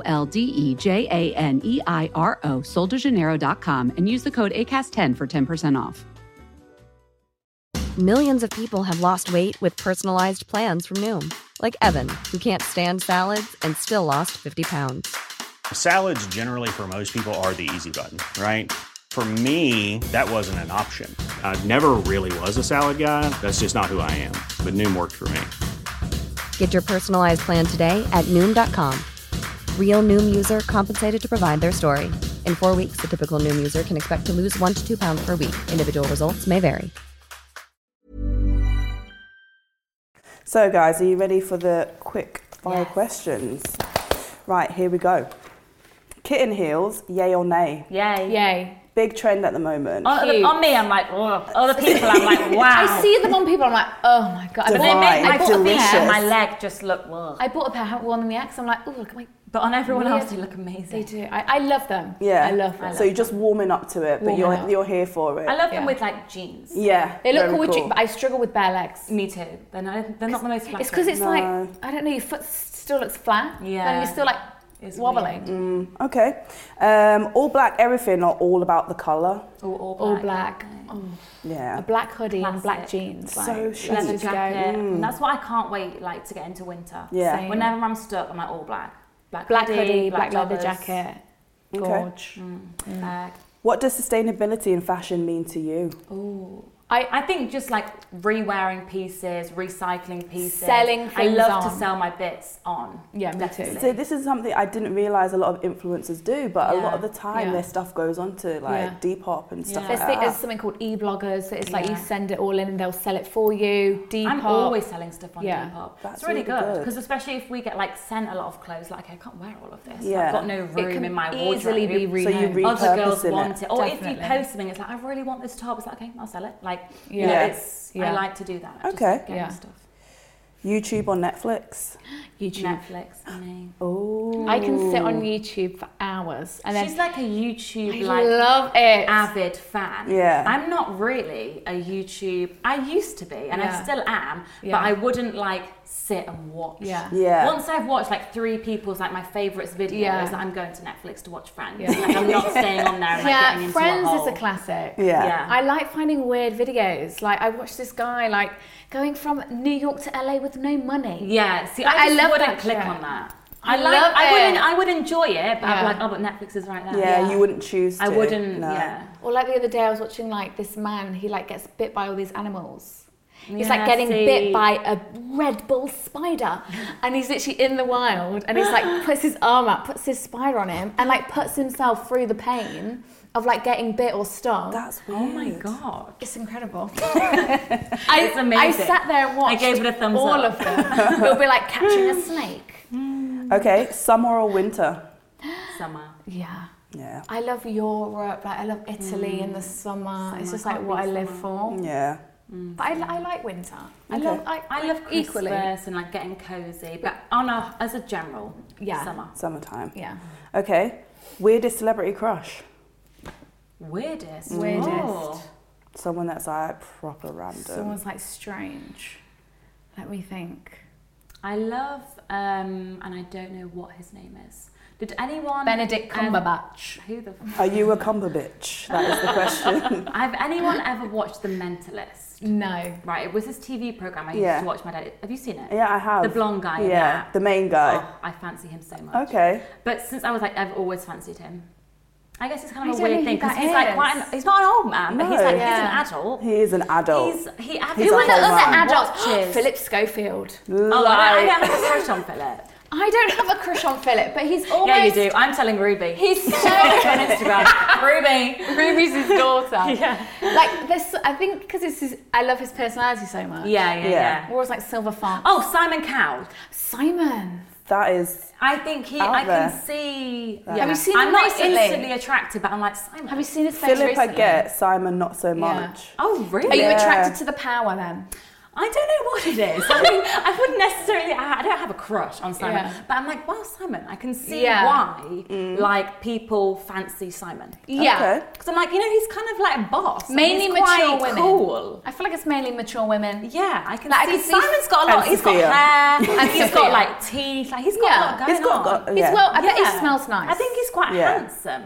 Speaker 1: L D E J A N E I R O, soldejaneiro.com, and use the code ACAST10 for 10% off.
Speaker 2: Millions of people have lost weight with personalized plans from Noom, like Evan, who can't stand salads and still lost 50 pounds.
Speaker 3: Salads, generally, for most people, are the easy button, right? For me, that wasn't an option. I never really was a salad guy. That's just not who I am. But Noom worked for me.
Speaker 2: Get your personalized plan today at Noom.com. Real Noom user compensated to provide their story. In four weeks, the typical Noom user can expect to lose one to two pounds per week. Individual results may vary.
Speaker 4: So, guys, are you ready for the quick fire
Speaker 8: Yes.
Speaker 4: questions? Right, here we go. Kitten heels, yay or nay?
Speaker 6: Yay.
Speaker 5: Yay.
Speaker 4: Big trend at the moment.
Speaker 6: On,
Speaker 5: Cute.
Speaker 6: on me, I'm like, oh. Other *laughs* people, I'm like, wow.
Speaker 5: I see them on people. I'm like, oh my god. I,
Speaker 6: But
Speaker 5: bought,
Speaker 6: they make
Speaker 4: Divine.
Speaker 6: my,
Speaker 5: I bought a
Speaker 4: Delicious.
Speaker 5: pair.
Speaker 6: my leg just look. Ugh.
Speaker 5: I bought a pair. I haven't worn them yet. So I'm like, oh look at my.
Speaker 6: But on everyone
Speaker 5: Yeah.
Speaker 6: else, they look
Speaker 5: They
Speaker 6: amazing.
Speaker 5: do. I, I love them.
Speaker 4: yeah,
Speaker 5: I love them.
Speaker 4: So you're just warming up to it, but
Speaker 5: Warming
Speaker 4: you're
Speaker 5: up.
Speaker 4: you're here for it.
Speaker 6: I love
Speaker 5: Yeah.
Speaker 6: them with like jeans.
Speaker 4: yeah,
Speaker 5: they look
Speaker 4: very
Speaker 5: cool, with you, but I struggle with bare legs.
Speaker 6: Me too. They're not, they're not the most.
Speaker 5: It's because it's like
Speaker 4: No.
Speaker 5: I don't know. Your foot still looks flat.
Speaker 6: Yeah.
Speaker 5: And you're still like
Speaker 6: It's Mm.
Speaker 5: wobbling.
Speaker 4: okay. Um, all black everything or all about the color?
Speaker 6: all, all
Speaker 5: All black. Oh,
Speaker 4: Yeah.
Speaker 5: A black hoodie and
Speaker 6: Classic.
Speaker 5: black jeans.
Speaker 4: So
Speaker 5: like,
Speaker 4: chic.
Speaker 6: leather
Speaker 5: ages ago.
Speaker 6: jacket. And Mm. that's why I can't wait like to get into winter.
Speaker 4: Yeah.
Speaker 5: Same.
Speaker 6: Whenever I'm stuck, I'm like all black. Black,
Speaker 5: Black hoodie, black, leather
Speaker 6: joggers,
Speaker 5: jacket.
Speaker 4: Okay.
Speaker 5: Gorge.
Speaker 6: bag.
Speaker 4: What does sustainability in fashion mean to you?
Speaker 6: I, I think just like re-wearing pieces, recycling pieces.
Speaker 5: Selling
Speaker 6: I
Speaker 5: things
Speaker 6: love to
Speaker 5: on.
Speaker 6: sell my bits on.
Speaker 5: Yeah, me too.
Speaker 4: So this is something I didn't realize a lot of influencers do, but a lot
Speaker 6: Yeah.
Speaker 4: of the time
Speaker 5: Yeah.
Speaker 4: their stuff goes onto like
Speaker 5: Yeah.
Speaker 4: Depop and stuff
Speaker 6: Yeah.
Speaker 5: There's,
Speaker 4: like
Speaker 5: thi-
Speaker 4: that.
Speaker 5: there's something called e-bloggers. That it's like you
Speaker 6: Yeah.
Speaker 5: send it all in and they'll sell it for you. Depop.
Speaker 6: I'm always selling stuff on
Speaker 5: Yeah.
Speaker 6: Depop.
Speaker 4: That's
Speaker 6: it's really,
Speaker 4: really
Speaker 6: good
Speaker 4: good.
Speaker 6: because especially if we get like sent a lot of clothes, like I can't wear all of this.
Speaker 4: Yeah.
Speaker 6: I've got no
Speaker 5: it
Speaker 6: room
Speaker 5: can
Speaker 6: in my wardrobe.
Speaker 5: easily be
Speaker 4: So you
Speaker 5: renamed.
Speaker 4: re-
Speaker 6: other girls
Speaker 4: repurposing it.
Speaker 6: want it. Or if you
Speaker 5: Definitely.
Speaker 6: post something, it's like, I really want this top. It's like, okay, I'll sell it. Like,
Speaker 5: Yeah.
Speaker 6: yeah, it's,
Speaker 5: Yeah.
Speaker 6: I like to do that. I just
Speaker 4: Okay.
Speaker 6: like getting
Speaker 5: Yeah.
Speaker 6: Stuff.
Speaker 4: YouTube or Netflix?
Speaker 6: YouTube. Netflix, I mean.
Speaker 5: I can sit on YouTube for hours, and then
Speaker 6: She's like a YouTube,
Speaker 5: I
Speaker 6: like,
Speaker 5: love it.
Speaker 6: avid fan.
Speaker 4: Yeah.
Speaker 6: I'm not really a YouTube. I used to be, and
Speaker 5: Yeah.
Speaker 6: I still am,
Speaker 5: Yeah.
Speaker 6: but I wouldn't like sit and watch.
Speaker 5: Yeah.
Speaker 4: Yeah.
Speaker 6: Once I've watched like three people's like my favourites videos,
Speaker 5: Yeah.
Speaker 6: like, I'm going to Netflix to watch Friends. Like, I'm
Speaker 5: *laughs*
Speaker 6: not staying on there. And, like, getting
Speaker 5: yeah,
Speaker 6: into
Speaker 5: Friends
Speaker 6: a
Speaker 5: is
Speaker 6: hole.
Speaker 5: a classic.
Speaker 4: Yeah.
Speaker 6: Yeah.
Speaker 5: I like finding weird videos. Like I watched this guy like going from New York to LA with no money.
Speaker 6: Yeah, see,
Speaker 5: Like,
Speaker 6: I,
Speaker 5: I
Speaker 6: just
Speaker 5: love
Speaker 6: wouldn't
Speaker 5: that
Speaker 6: click
Speaker 5: shit.
Speaker 6: on that.
Speaker 5: I
Speaker 6: I, like.
Speaker 5: love
Speaker 6: I
Speaker 5: it.
Speaker 6: wouldn't. I would enjoy it, but
Speaker 5: Yeah.
Speaker 6: I'd be like, oh, but Netflix is right there.
Speaker 4: Yeah, you wouldn't choose to.
Speaker 6: I wouldn't.
Speaker 4: no.
Speaker 6: Yeah.
Speaker 5: Or like the other day, I was watching like this man. He like gets bit by all these animals. He's
Speaker 6: Yeah,
Speaker 5: like getting
Speaker 6: see.
Speaker 5: bit by a red bull spider, and he's literally in the wild, and he's
Speaker 6: *gasps*
Speaker 5: like puts his arm up, puts his spider on him, and like puts himself through the pain of like getting bit or stung.
Speaker 4: That's weird.
Speaker 6: Oh my god.
Speaker 5: It's incredible. *laughs* I,
Speaker 6: It's amazing.
Speaker 5: I sat there and watched.
Speaker 6: I gave it a thumbs
Speaker 5: all
Speaker 6: up.
Speaker 5: of them. They'll be like catching a snake.
Speaker 4: Okay, summer or winter?
Speaker 6: Summer.
Speaker 5: *laughs* Yeah.
Speaker 4: Yeah.
Speaker 5: I love Europe. Like I love Italy in the Mm. summer. It's just like
Speaker 6: can't
Speaker 5: what I
Speaker 6: beat
Speaker 5: live for.
Speaker 4: Yeah.
Speaker 5: But I, li- I like winter. I
Speaker 4: Okay.
Speaker 5: love. I,
Speaker 6: I love Christmas
Speaker 5: equally.
Speaker 6: and like getting cozy, but on a as a general,
Speaker 5: Yeah.
Speaker 6: summer.
Speaker 4: Summertime.
Speaker 5: Yeah.
Speaker 4: Okay. Weirdest celebrity crush?
Speaker 6: Weirdest.
Speaker 5: Mm. Weirdest.
Speaker 6: Oh.
Speaker 4: Someone that's like proper random.
Speaker 5: Someone's like strange. Let me think.
Speaker 6: I love, um, and I don't know what his name is. Did anyone
Speaker 5: Benedict
Speaker 6: um,
Speaker 5: Cumberbatch.
Speaker 6: who the? F-
Speaker 4: Are you a cumber bitch? That is the
Speaker 5: *laughs*
Speaker 4: question.
Speaker 6: have anyone ever watched The Mentalist?
Speaker 5: No.
Speaker 6: Right, it was this TV program I used
Speaker 4: Yeah.
Speaker 6: to watch. My dad. Have you seen it?
Speaker 4: yeah, I have.
Speaker 6: The blonde guy. in
Speaker 4: Yeah,
Speaker 6: that.
Speaker 4: the main guy.
Speaker 6: Oh, I fancy him so much.
Speaker 4: Okay.
Speaker 6: But since I was like, I've always fancied him. I guess it's kind
Speaker 5: I
Speaker 6: of a
Speaker 5: don't know
Speaker 6: weird
Speaker 5: who
Speaker 6: thing because
Speaker 5: that
Speaker 6: he's like
Speaker 5: is.
Speaker 6: quite an, he's not an old man, but he's
Speaker 4: No.
Speaker 6: like
Speaker 5: Yeah.
Speaker 6: he's an adult.
Speaker 4: He is an adult.
Speaker 6: He's he
Speaker 4: He's a
Speaker 5: Who are the
Speaker 4: whole
Speaker 5: other
Speaker 4: man.
Speaker 5: adults?
Speaker 6: Watches.
Speaker 5: *gasps* Philip Schofield.
Speaker 4: *laughs*
Speaker 6: Oh, I, don't, I
Speaker 4: Like-
Speaker 6: don't have a crush
Speaker 4: *laughs*
Speaker 6: on Philip.
Speaker 5: I don't have a crush on Philip, but he's almost.
Speaker 6: Yeah, you do. I'm telling Ruby.
Speaker 5: He's
Speaker 6: Go
Speaker 4: *laughs*
Speaker 5: so
Speaker 6: on Instagram. Ruby.
Speaker 5: Ruby's his
Speaker 6: *laughs*
Speaker 5: daughter. Like this, I think because it's his. I love his personality so much.
Speaker 6: Yeah, yeah,
Speaker 4: Yeah.
Speaker 6: yeah.
Speaker 5: Or it's like Silver Fox.
Speaker 6: Oh, Simon Cowell.
Speaker 5: Simon.
Speaker 4: That is.
Speaker 6: I think he.
Speaker 4: Out
Speaker 6: I
Speaker 4: there.
Speaker 6: can see.
Speaker 5: Have you seen
Speaker 6: I'm
Speaker 5: him
Speaker 6: not
Speaker 5: recently?
Speaker 6: instantly attracted, but I'm like Simon.
Speaker 5: Have you seen his face
Speaker 4: Philip, I
Speaker 5: recently?
Speaker 4: get. Simon, not so much.
Speaker 6: Oh,
Speaker 5: Are
Speaker 6: really?
Speaker 5: you
Speaker 4: Yeah.
Speaker 5: attracted to the power then?
Speaker 6: I don't know what it is. I mean, I wouldn't necessarily. I I don't have a crush on Simon,
Speaker 5: Yeah.
Speaker 6: but I'm like, wow, Simon. I can see
Speaker 5: Yeah.
Speaker 6: why
Speaker 4: Mm.
Speaker 6: like people fancy Simon.
Speaker 5: Yeah.
Speaker 6: Because I'm like, you know, he's kind of like a boss. and
Speaker 5: Mainly
Speaker 6: he's
Speaker 5: mature
Speaker 6: quite
Speaker 5: women.
Speaker 6: Cool.
Speaker 5: I feel like it's mainly mature women.
Speaker 6: Yeah, I can
Speaker 5: Like, I
Speaker 6: see.
Speaker 5: can see-
Speaker 6: Simon's got a lot.
Speaker 4: And
Speaker 6: He's
Speaker 4: Sophia.
Speaker 6: got hair.
Speaker 5: And
Speaker 6: And he's got
Speaker 5: Sophia.
Speaker 6: like teeth. Like he's got
Speaker 5: Yeah.
Speaker 6: a lot going
Speaker 4: He's got.
Speaker 6: on.
Speaker 4: got
Speaker 5: He's
Speaker 4: yeah.
Speaker 5: well. I bet
Speaker 6: Yeah.
Speaker 5: he smells nice.
Speaker 6: I think he's quite
Speaker 4: Yeah.
Speaker 6: handsome.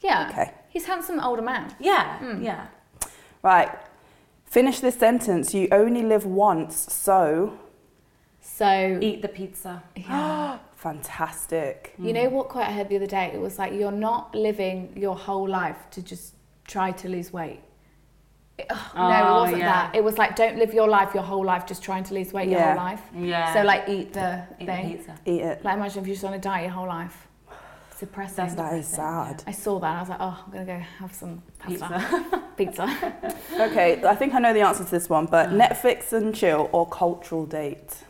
Speaker 5: Yeah.
Speaker 4: Okay.
Speaker 5: He's handsome older man.
Speaker 6: Yeah,
Speaker 5: Hmm.
Speaker 6: yeah.
Speaker 4: Right. Finish this sentence. You only live once,
Speaker 5: *gasps*
Speaker 4: so
Speaker 5: So
Speaker 6: Eat the pizza.
Speaker 4: fantastic.
Speaker 5: you know
Speaker 6: Mm.
Speaker 5: what quote I heard the other day? It was like you're not living your whole life to just try to lose weight. It- ugh, no,
Speaker 6: Oh,
Speaker 5: it wasn't
Speaker 6: yeah.
Speaker 5: that. It was like don't live your life, your whole life, just trying to lose weight your
Speaker 4: Yeah.
Speaker 5: whole life.
Speaker 6: Yeah.
Speaker 5: So like eat the
Speaker 6: Eat the
Speaker 5: thing.
Speaker 6: pizza.
Speaker 4: Eat it.
Speaker 5: Like imagine if you're just on a diet your whole life. It's depressing.
Speaker 4: That is sad.
Speaker 5: I saw that and I was like, oh, I'm gonna go have some pasta.
Speaker 6: Pizza.
Speaker 5: *laughs* Pizza.
Speaker 4: Okay, I think I know the answer to this one, but Netflix and chill or cultural date.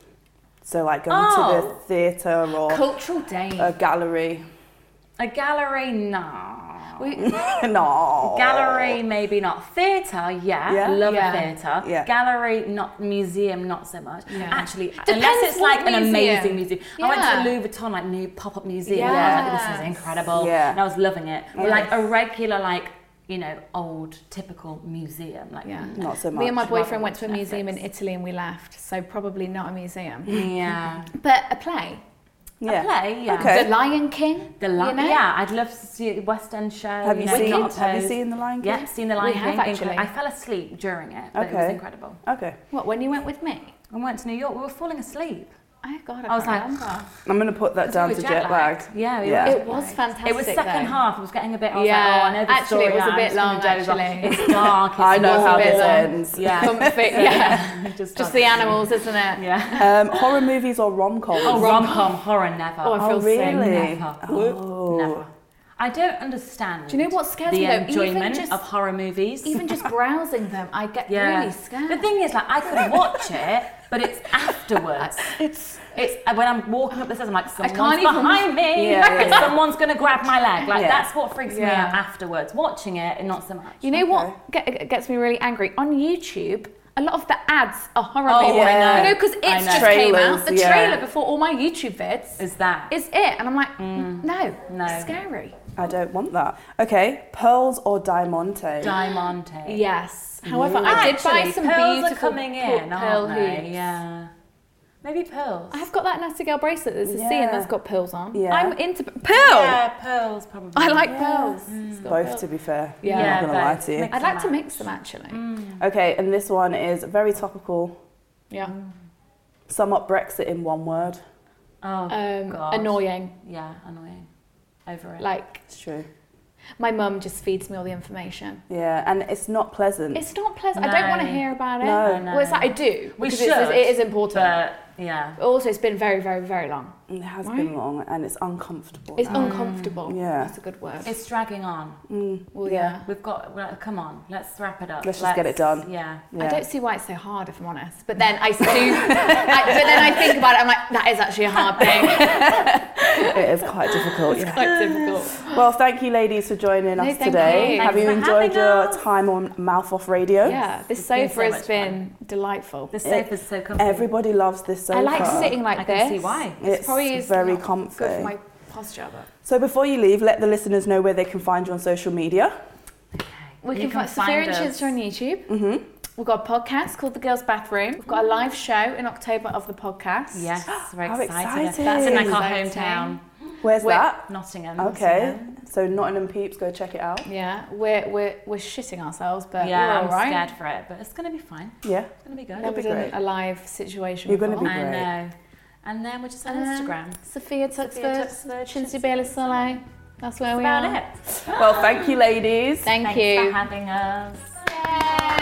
Speaker 4: So like going
Speaker 6: Oh.
Speaker 4: to the theatre or
Speaker 5: Cultural day.
Speaker 4: a gallery. *laughs*
Speaker 6: a gallery, nah. *laughs*
Speaker 4: no.
Speaker 6: Gallery, maybe not. Theatre, yeah.
Speaker 4: Yeah.
Speaker 6: Love
Speaker 5: Oh. Yeah.
Speaker 6: a theatre.
Speaker 4: Yeah.
Speaker 6: Gallery, not museum, not so much. Actually,
Speaker 5: Depends
Speaker 6: unless it's
Speaker 5: what
Speaker 6: like an amazing
Speaker 5: museum.
Speaker 6: museum. I went to
Speaker 5: Yeah.
Speaker 6: the Louis Vuitton, like new pop up museum. and I was like, this is
Speaker 5: Yes.
Speaker 6: incredible.
Speaker 4: Yeah.
Speaker 6: And I was loving it. But
Speaker 4: Yes.
Speaker 6: like a regular, like, you know, old, typical museum. Like,
Speaker 5: Yeah.
Speaker 4: Not so much.
Speaker 5: Me and my
Speaker 6: Rather
Speaker 5: boyfriend went to a
Speaker 6: watch
Speaker 5: museum in
Speaker 6: Netflix.
Speaker 5: Italy and we laughed, so probably not a museum.
Speaker 6: Mm. yeah.
Speaker 5: But a play.
Speaker 4: yeah.
Speaker 6: play, yeah.
Speaker 4: Okay.
Speaker 5: The Lion King.
Speaker 6: The Lion,
Speaker 5: you know?
Speaker 6: yeah, I'd love to see a West End show.
Speaker 4: Have you
Speaker 6: know,
Speaker 4: seen-
Speaker 6: not
Speaker 4: have you
Speaker 6: opposed.
Speaker 4: seen The Lion
Speaker 6: Yeah,
Speaker 4: King?
Speaker 6: seen the Lion
Speaker 5: We
Speaker 6: King.
Speaker 5: have, actually.
Speaker 6: Incre- I fell asleep during it, but it was
Speaker 4: Okay.
Speaker 6: incredible.
Speaker 4: Okay.
Speaker 5: What, when you went with me?
Speaker 6: I went to New York. We were falling asleep.
Speaker 5: Oh, God, I,
Speaker 6: I was
Speaker 5: can't
Speaker 6: like-
Speaker 5: remember.
Speaker 4: I'm gonna put that down
Speaker 6: we
Speaker 4: to
Speaker 6: were
Speaker 4: jet lag.
Speaker 6: jet-lagged. Yeah, we
Speaker 4: yeah.
Speaker 6: were.
Speaker 5: It was fantastic.
Speaker 6: it was second
Speaker 5: though.
Speaker 6: half. It was getting a bit. I was
Speaker 5: Yeah.
Speaker 6: like, oh, I know the story.
Speaker 5: Actually, it was a
Speaker 6: now,
Speaker 5: bit
Speaker 6: I'm just gonna
Speaker 5: long,
Speaker 6: doze off.
Speaker 5: actually.
Speaker 6: It's dark. It's
Speaker 4: I know
Speaker 6: long,
Speaker 4: how
Speaker 5: a bit
Speaker 4: this
Speaker 5: long.
Speaker 4: ends.
Speaker 6: *laughs* Yeah.
Speaker 5: Comfy, *laughs* yeah.
Speaker 6: Just,
Speaker 5: Just
Speaker 6: just
Speaker 5: the animals, isn't it?
Speaker 6: yeah.
Speaker 4: Um, horror movies or rom coms.
Speaker 6: Oh, rom com horror never.
Speaker 5: Oh, I feel
Speaker 4: really?
Speaker 5: sick.
Speaker 6: Never. Never. I don't understand.
Speaker 5: Do you know what scares
Speaker 6: the
Speaker 5: me, though? Even
Speaker 6: enjoyment
Speaker 5: just-
Speaker 6: of horror movies?
Speaker 5: Even
Speaker 6: *laughs*
Speaker 5: just browsing them, I get really scared.
Speaker 6: The thing is, like, I could watch it, but it's afterwards.
Speaker 5: it's
Speaker 6: It's uh, when I'm walking up the stairs, I'm like, someone's
Speaker 5: can't even- *laughs*
Speaker 6: behind me.
Speaker 4: Yeah,
Speaker 6: *laughs*
Speaker 4: yeah, yeah.
Speaker 6: Someone's gonna grab my leg. Like
Speaker 4: Yeah.
Speaker 6: that's what freaks me
Speaker 5: Yeah.
Speaker 6: out afterwards. Watching it, and not so much.
Speaker 5: You know what get, gets me really angry? On YouTube, a lot of the ads are horrible.
Speaker 6: Oh, I know.
Speaker 5: You know, because it
Speaker 6: I know.
Speaker 5: just came out.
Speaker 4: Trailers,
Speaker 5: The
Speaker 4: yeah.
Speaker 5: trailer before all my YouTube vids
Speaker 6: Is that?
Speaker 5: is it, and I'm like, no,
Speaker 6: No.
Speaker 5: it's scary.
Speaker 4: I don't want that. Okay, pearls or diamante?
Speaker 6: Diamante.
Speaker 5: Yes. However, I did buy
Speaker 6: Actually,
Speaker 5: some
Speaker 6: pearls
Speaker 5: beautiful
Speaker 6: are coming
Speaker 5: pe-
Speaker 6: in,
Speaker 5: pearl
Speaker 6: aren't they?
Speaker 5: hoops.
Speaker 6: Yeah. Maybe pearls.
Speaker 5: I've got that Nasty Girl bracelet that's a C
Speaker 4: Yeah.
Speaker 5: and that's got pearls on.
Speaker 4: Yeah.
Speaker 5: I'm into pearl.
Speaker 6: Yeah, pearls probably.
Speaker 5: I like pearls. It's got
Speaker 4: Both,
Speaker 5: pearls.
Speaker 4: to be fair.
Speaker 5: Yeah.
Speaker 4: I'm not gonna lie
Speaker 6: both.
Speaker 4: to you.
Speaker 6: Mix Mm.
Speaker 5: I'd
Speaker 6: them
Speaker 5: like to
Speaker 6: up.
Speaker 5: mix them actually.
Speaker 4: Okay, and this one is very topical.
Speaker 5: Yeah.
Speaker 4: Sum up Brexit in one word.
Speaker 6: Oh,
Speaker 5: Um,
Speaker 6: God.
Speaker 5: annoying.
Speaker 6: Yeah, annoying. Over it.
Speaker 5: Like
Speaker 4: It's true.
Speaker 5: my mum just feeds me all the information.
Speaker 4: Yeah, and it's not pleasant.
Speaker 5: It's not pleasant. I don't want to
Speaker 6: No.
Speaker 5: hear about it.
Speaker 4: No.
Speaker 6: No,
Speaker 5: Well, it's
Speaker 6: no.
Speaker 5: like I do.
Speaker 6: we
Speaker 5: because
Speaker 6: should.
Speaker 5: It's, it is important.
Speaker 6: But yeah.
Speaker 5: also, it's been very, very, very long.
Speaker 4: it has been long and it's uncomfortable.
Speaker 5: It's
Speaker 4: now.
Speaker 5: uncomfortable.
Speaker 4: Yeah.
Speaker 5: That's a good word.
Speaker 6: Mm. It's dragging on.
Speaker 5: well, yeah.
Speaker 6: We've got. Well, come on. Let's wrap it up.
Speaker 4: Let's just get it done.
Speaker 6: Yeah.
Speaker 4: Yeah.
Speaker 5: I don't see why it's so hard, if I'm honest. But then
Speaker 6: *laughs*
Speaker 5: I do. I, but then I think about it. I'm like, that is actually a hard thing.
Speaker 4: it is quite difficult. yeah.
Speaker 6: *laughs*
Speaker 5: It's quite difficult.
Speaker 4: Well, thank you, ladies, for joining us
Speaker 5: No, thank
Speaker 4: today.
Speaker 5: you.
Speaker 4: Have
Speaker 6: Thanks
Speaker 4: you
Speaker 6: for
Speaker 4: enjoyed
Speaker 6: having
Speaker 4: your
Speaker 6: us.
Speaker 4: time on Mouth Off Radio?
Speaker 5: Yeah, this
Speaker 6: been
Speaker 5: sofa
Speaker 6: so
Speaker 5: has
Speaker 6: much
Speaker 5: been delightful.
Speaker 6: The sofa's so comfy.
Speaker 4: Eh, Everybody loves this sofa.
Speaker 5: I like sitting like
Speaker 6: I
Speaker 5: this.
Speaker 6: can see why.
Speaker 5: It's,
Speaker 4: It's
Speaker 5: probably is
Speaker 4: very
Speaker 5: not Good
Speaker 4: comfy.
Speaker 5: for my posture, but
Speaker 4: So before you leave, let the listeners know where they can find you on social media.
Speaker 5: we
Speaker 6: You
Speaker 5: can,
Speaker 6: can
Speaker 5: find Sophia
Speaker 6: find
Speaker 5: and
Speaker 6: us.
Speaker 5: Chinster on YouTube. Mm-hmm. We've got a podcast called The Girls' Bathroom. We've got a live show in October of the podcast.
Speaker 6: Yes.
Speaker 4: *gasps*
Speaker 6: Very
Speaker 4: How
Speaker 6: excited.
Speaker 4: exciting.
Speaker 6: That's in like our
Speaker 5: Exciting.
Speaker 6: hometown,
Speaker 4: Where's that?
Speaker 6: Nottingham.
Speaker 4: Okay.
Speaker 6: Nottingham.
Speaker 4: So Nottingham peeps, go check it out.
Speaker 5: Yeah, we're we're we're shitting ourselves, but
Speaker 6: Yeah,
Speaker 5: we're
Speaker 6: I'm
Speaker 5: all right.
Speaker 6: scared for it, but it's gonna be fine.
Speaker 4: Yeah.
Speaker 6: It's gonna be good.
Speaker 5: Never
Speaker 4: be
Speaker 5: done
Speaker 4: great.
Speaker 5: a live situation.
Speaker 4: You're gonna
Speaker 5: before.
Speaker 4: be
Speaker 6: I
Speaker 4: great.
Speaker 6: know. And then we're just on Instagram.
Speaker 5: Sophia
Speaker 6: Sophia
Speaker 5: Tuxford,
Speaker 6: Tuxford,
Speaker 5: Chinsu
Speaker 6: Chinsu
Speaker 5: Bailey Soleil. That's where we
Speaker 6: About
Speaker 5: are.
Speaker 6: it.
Speaker 4: Well, thank you, ladies.
Speaker 5: Thank
Speaker 6: Thanks
Speaker 5: you.
Speaker 6: for having us.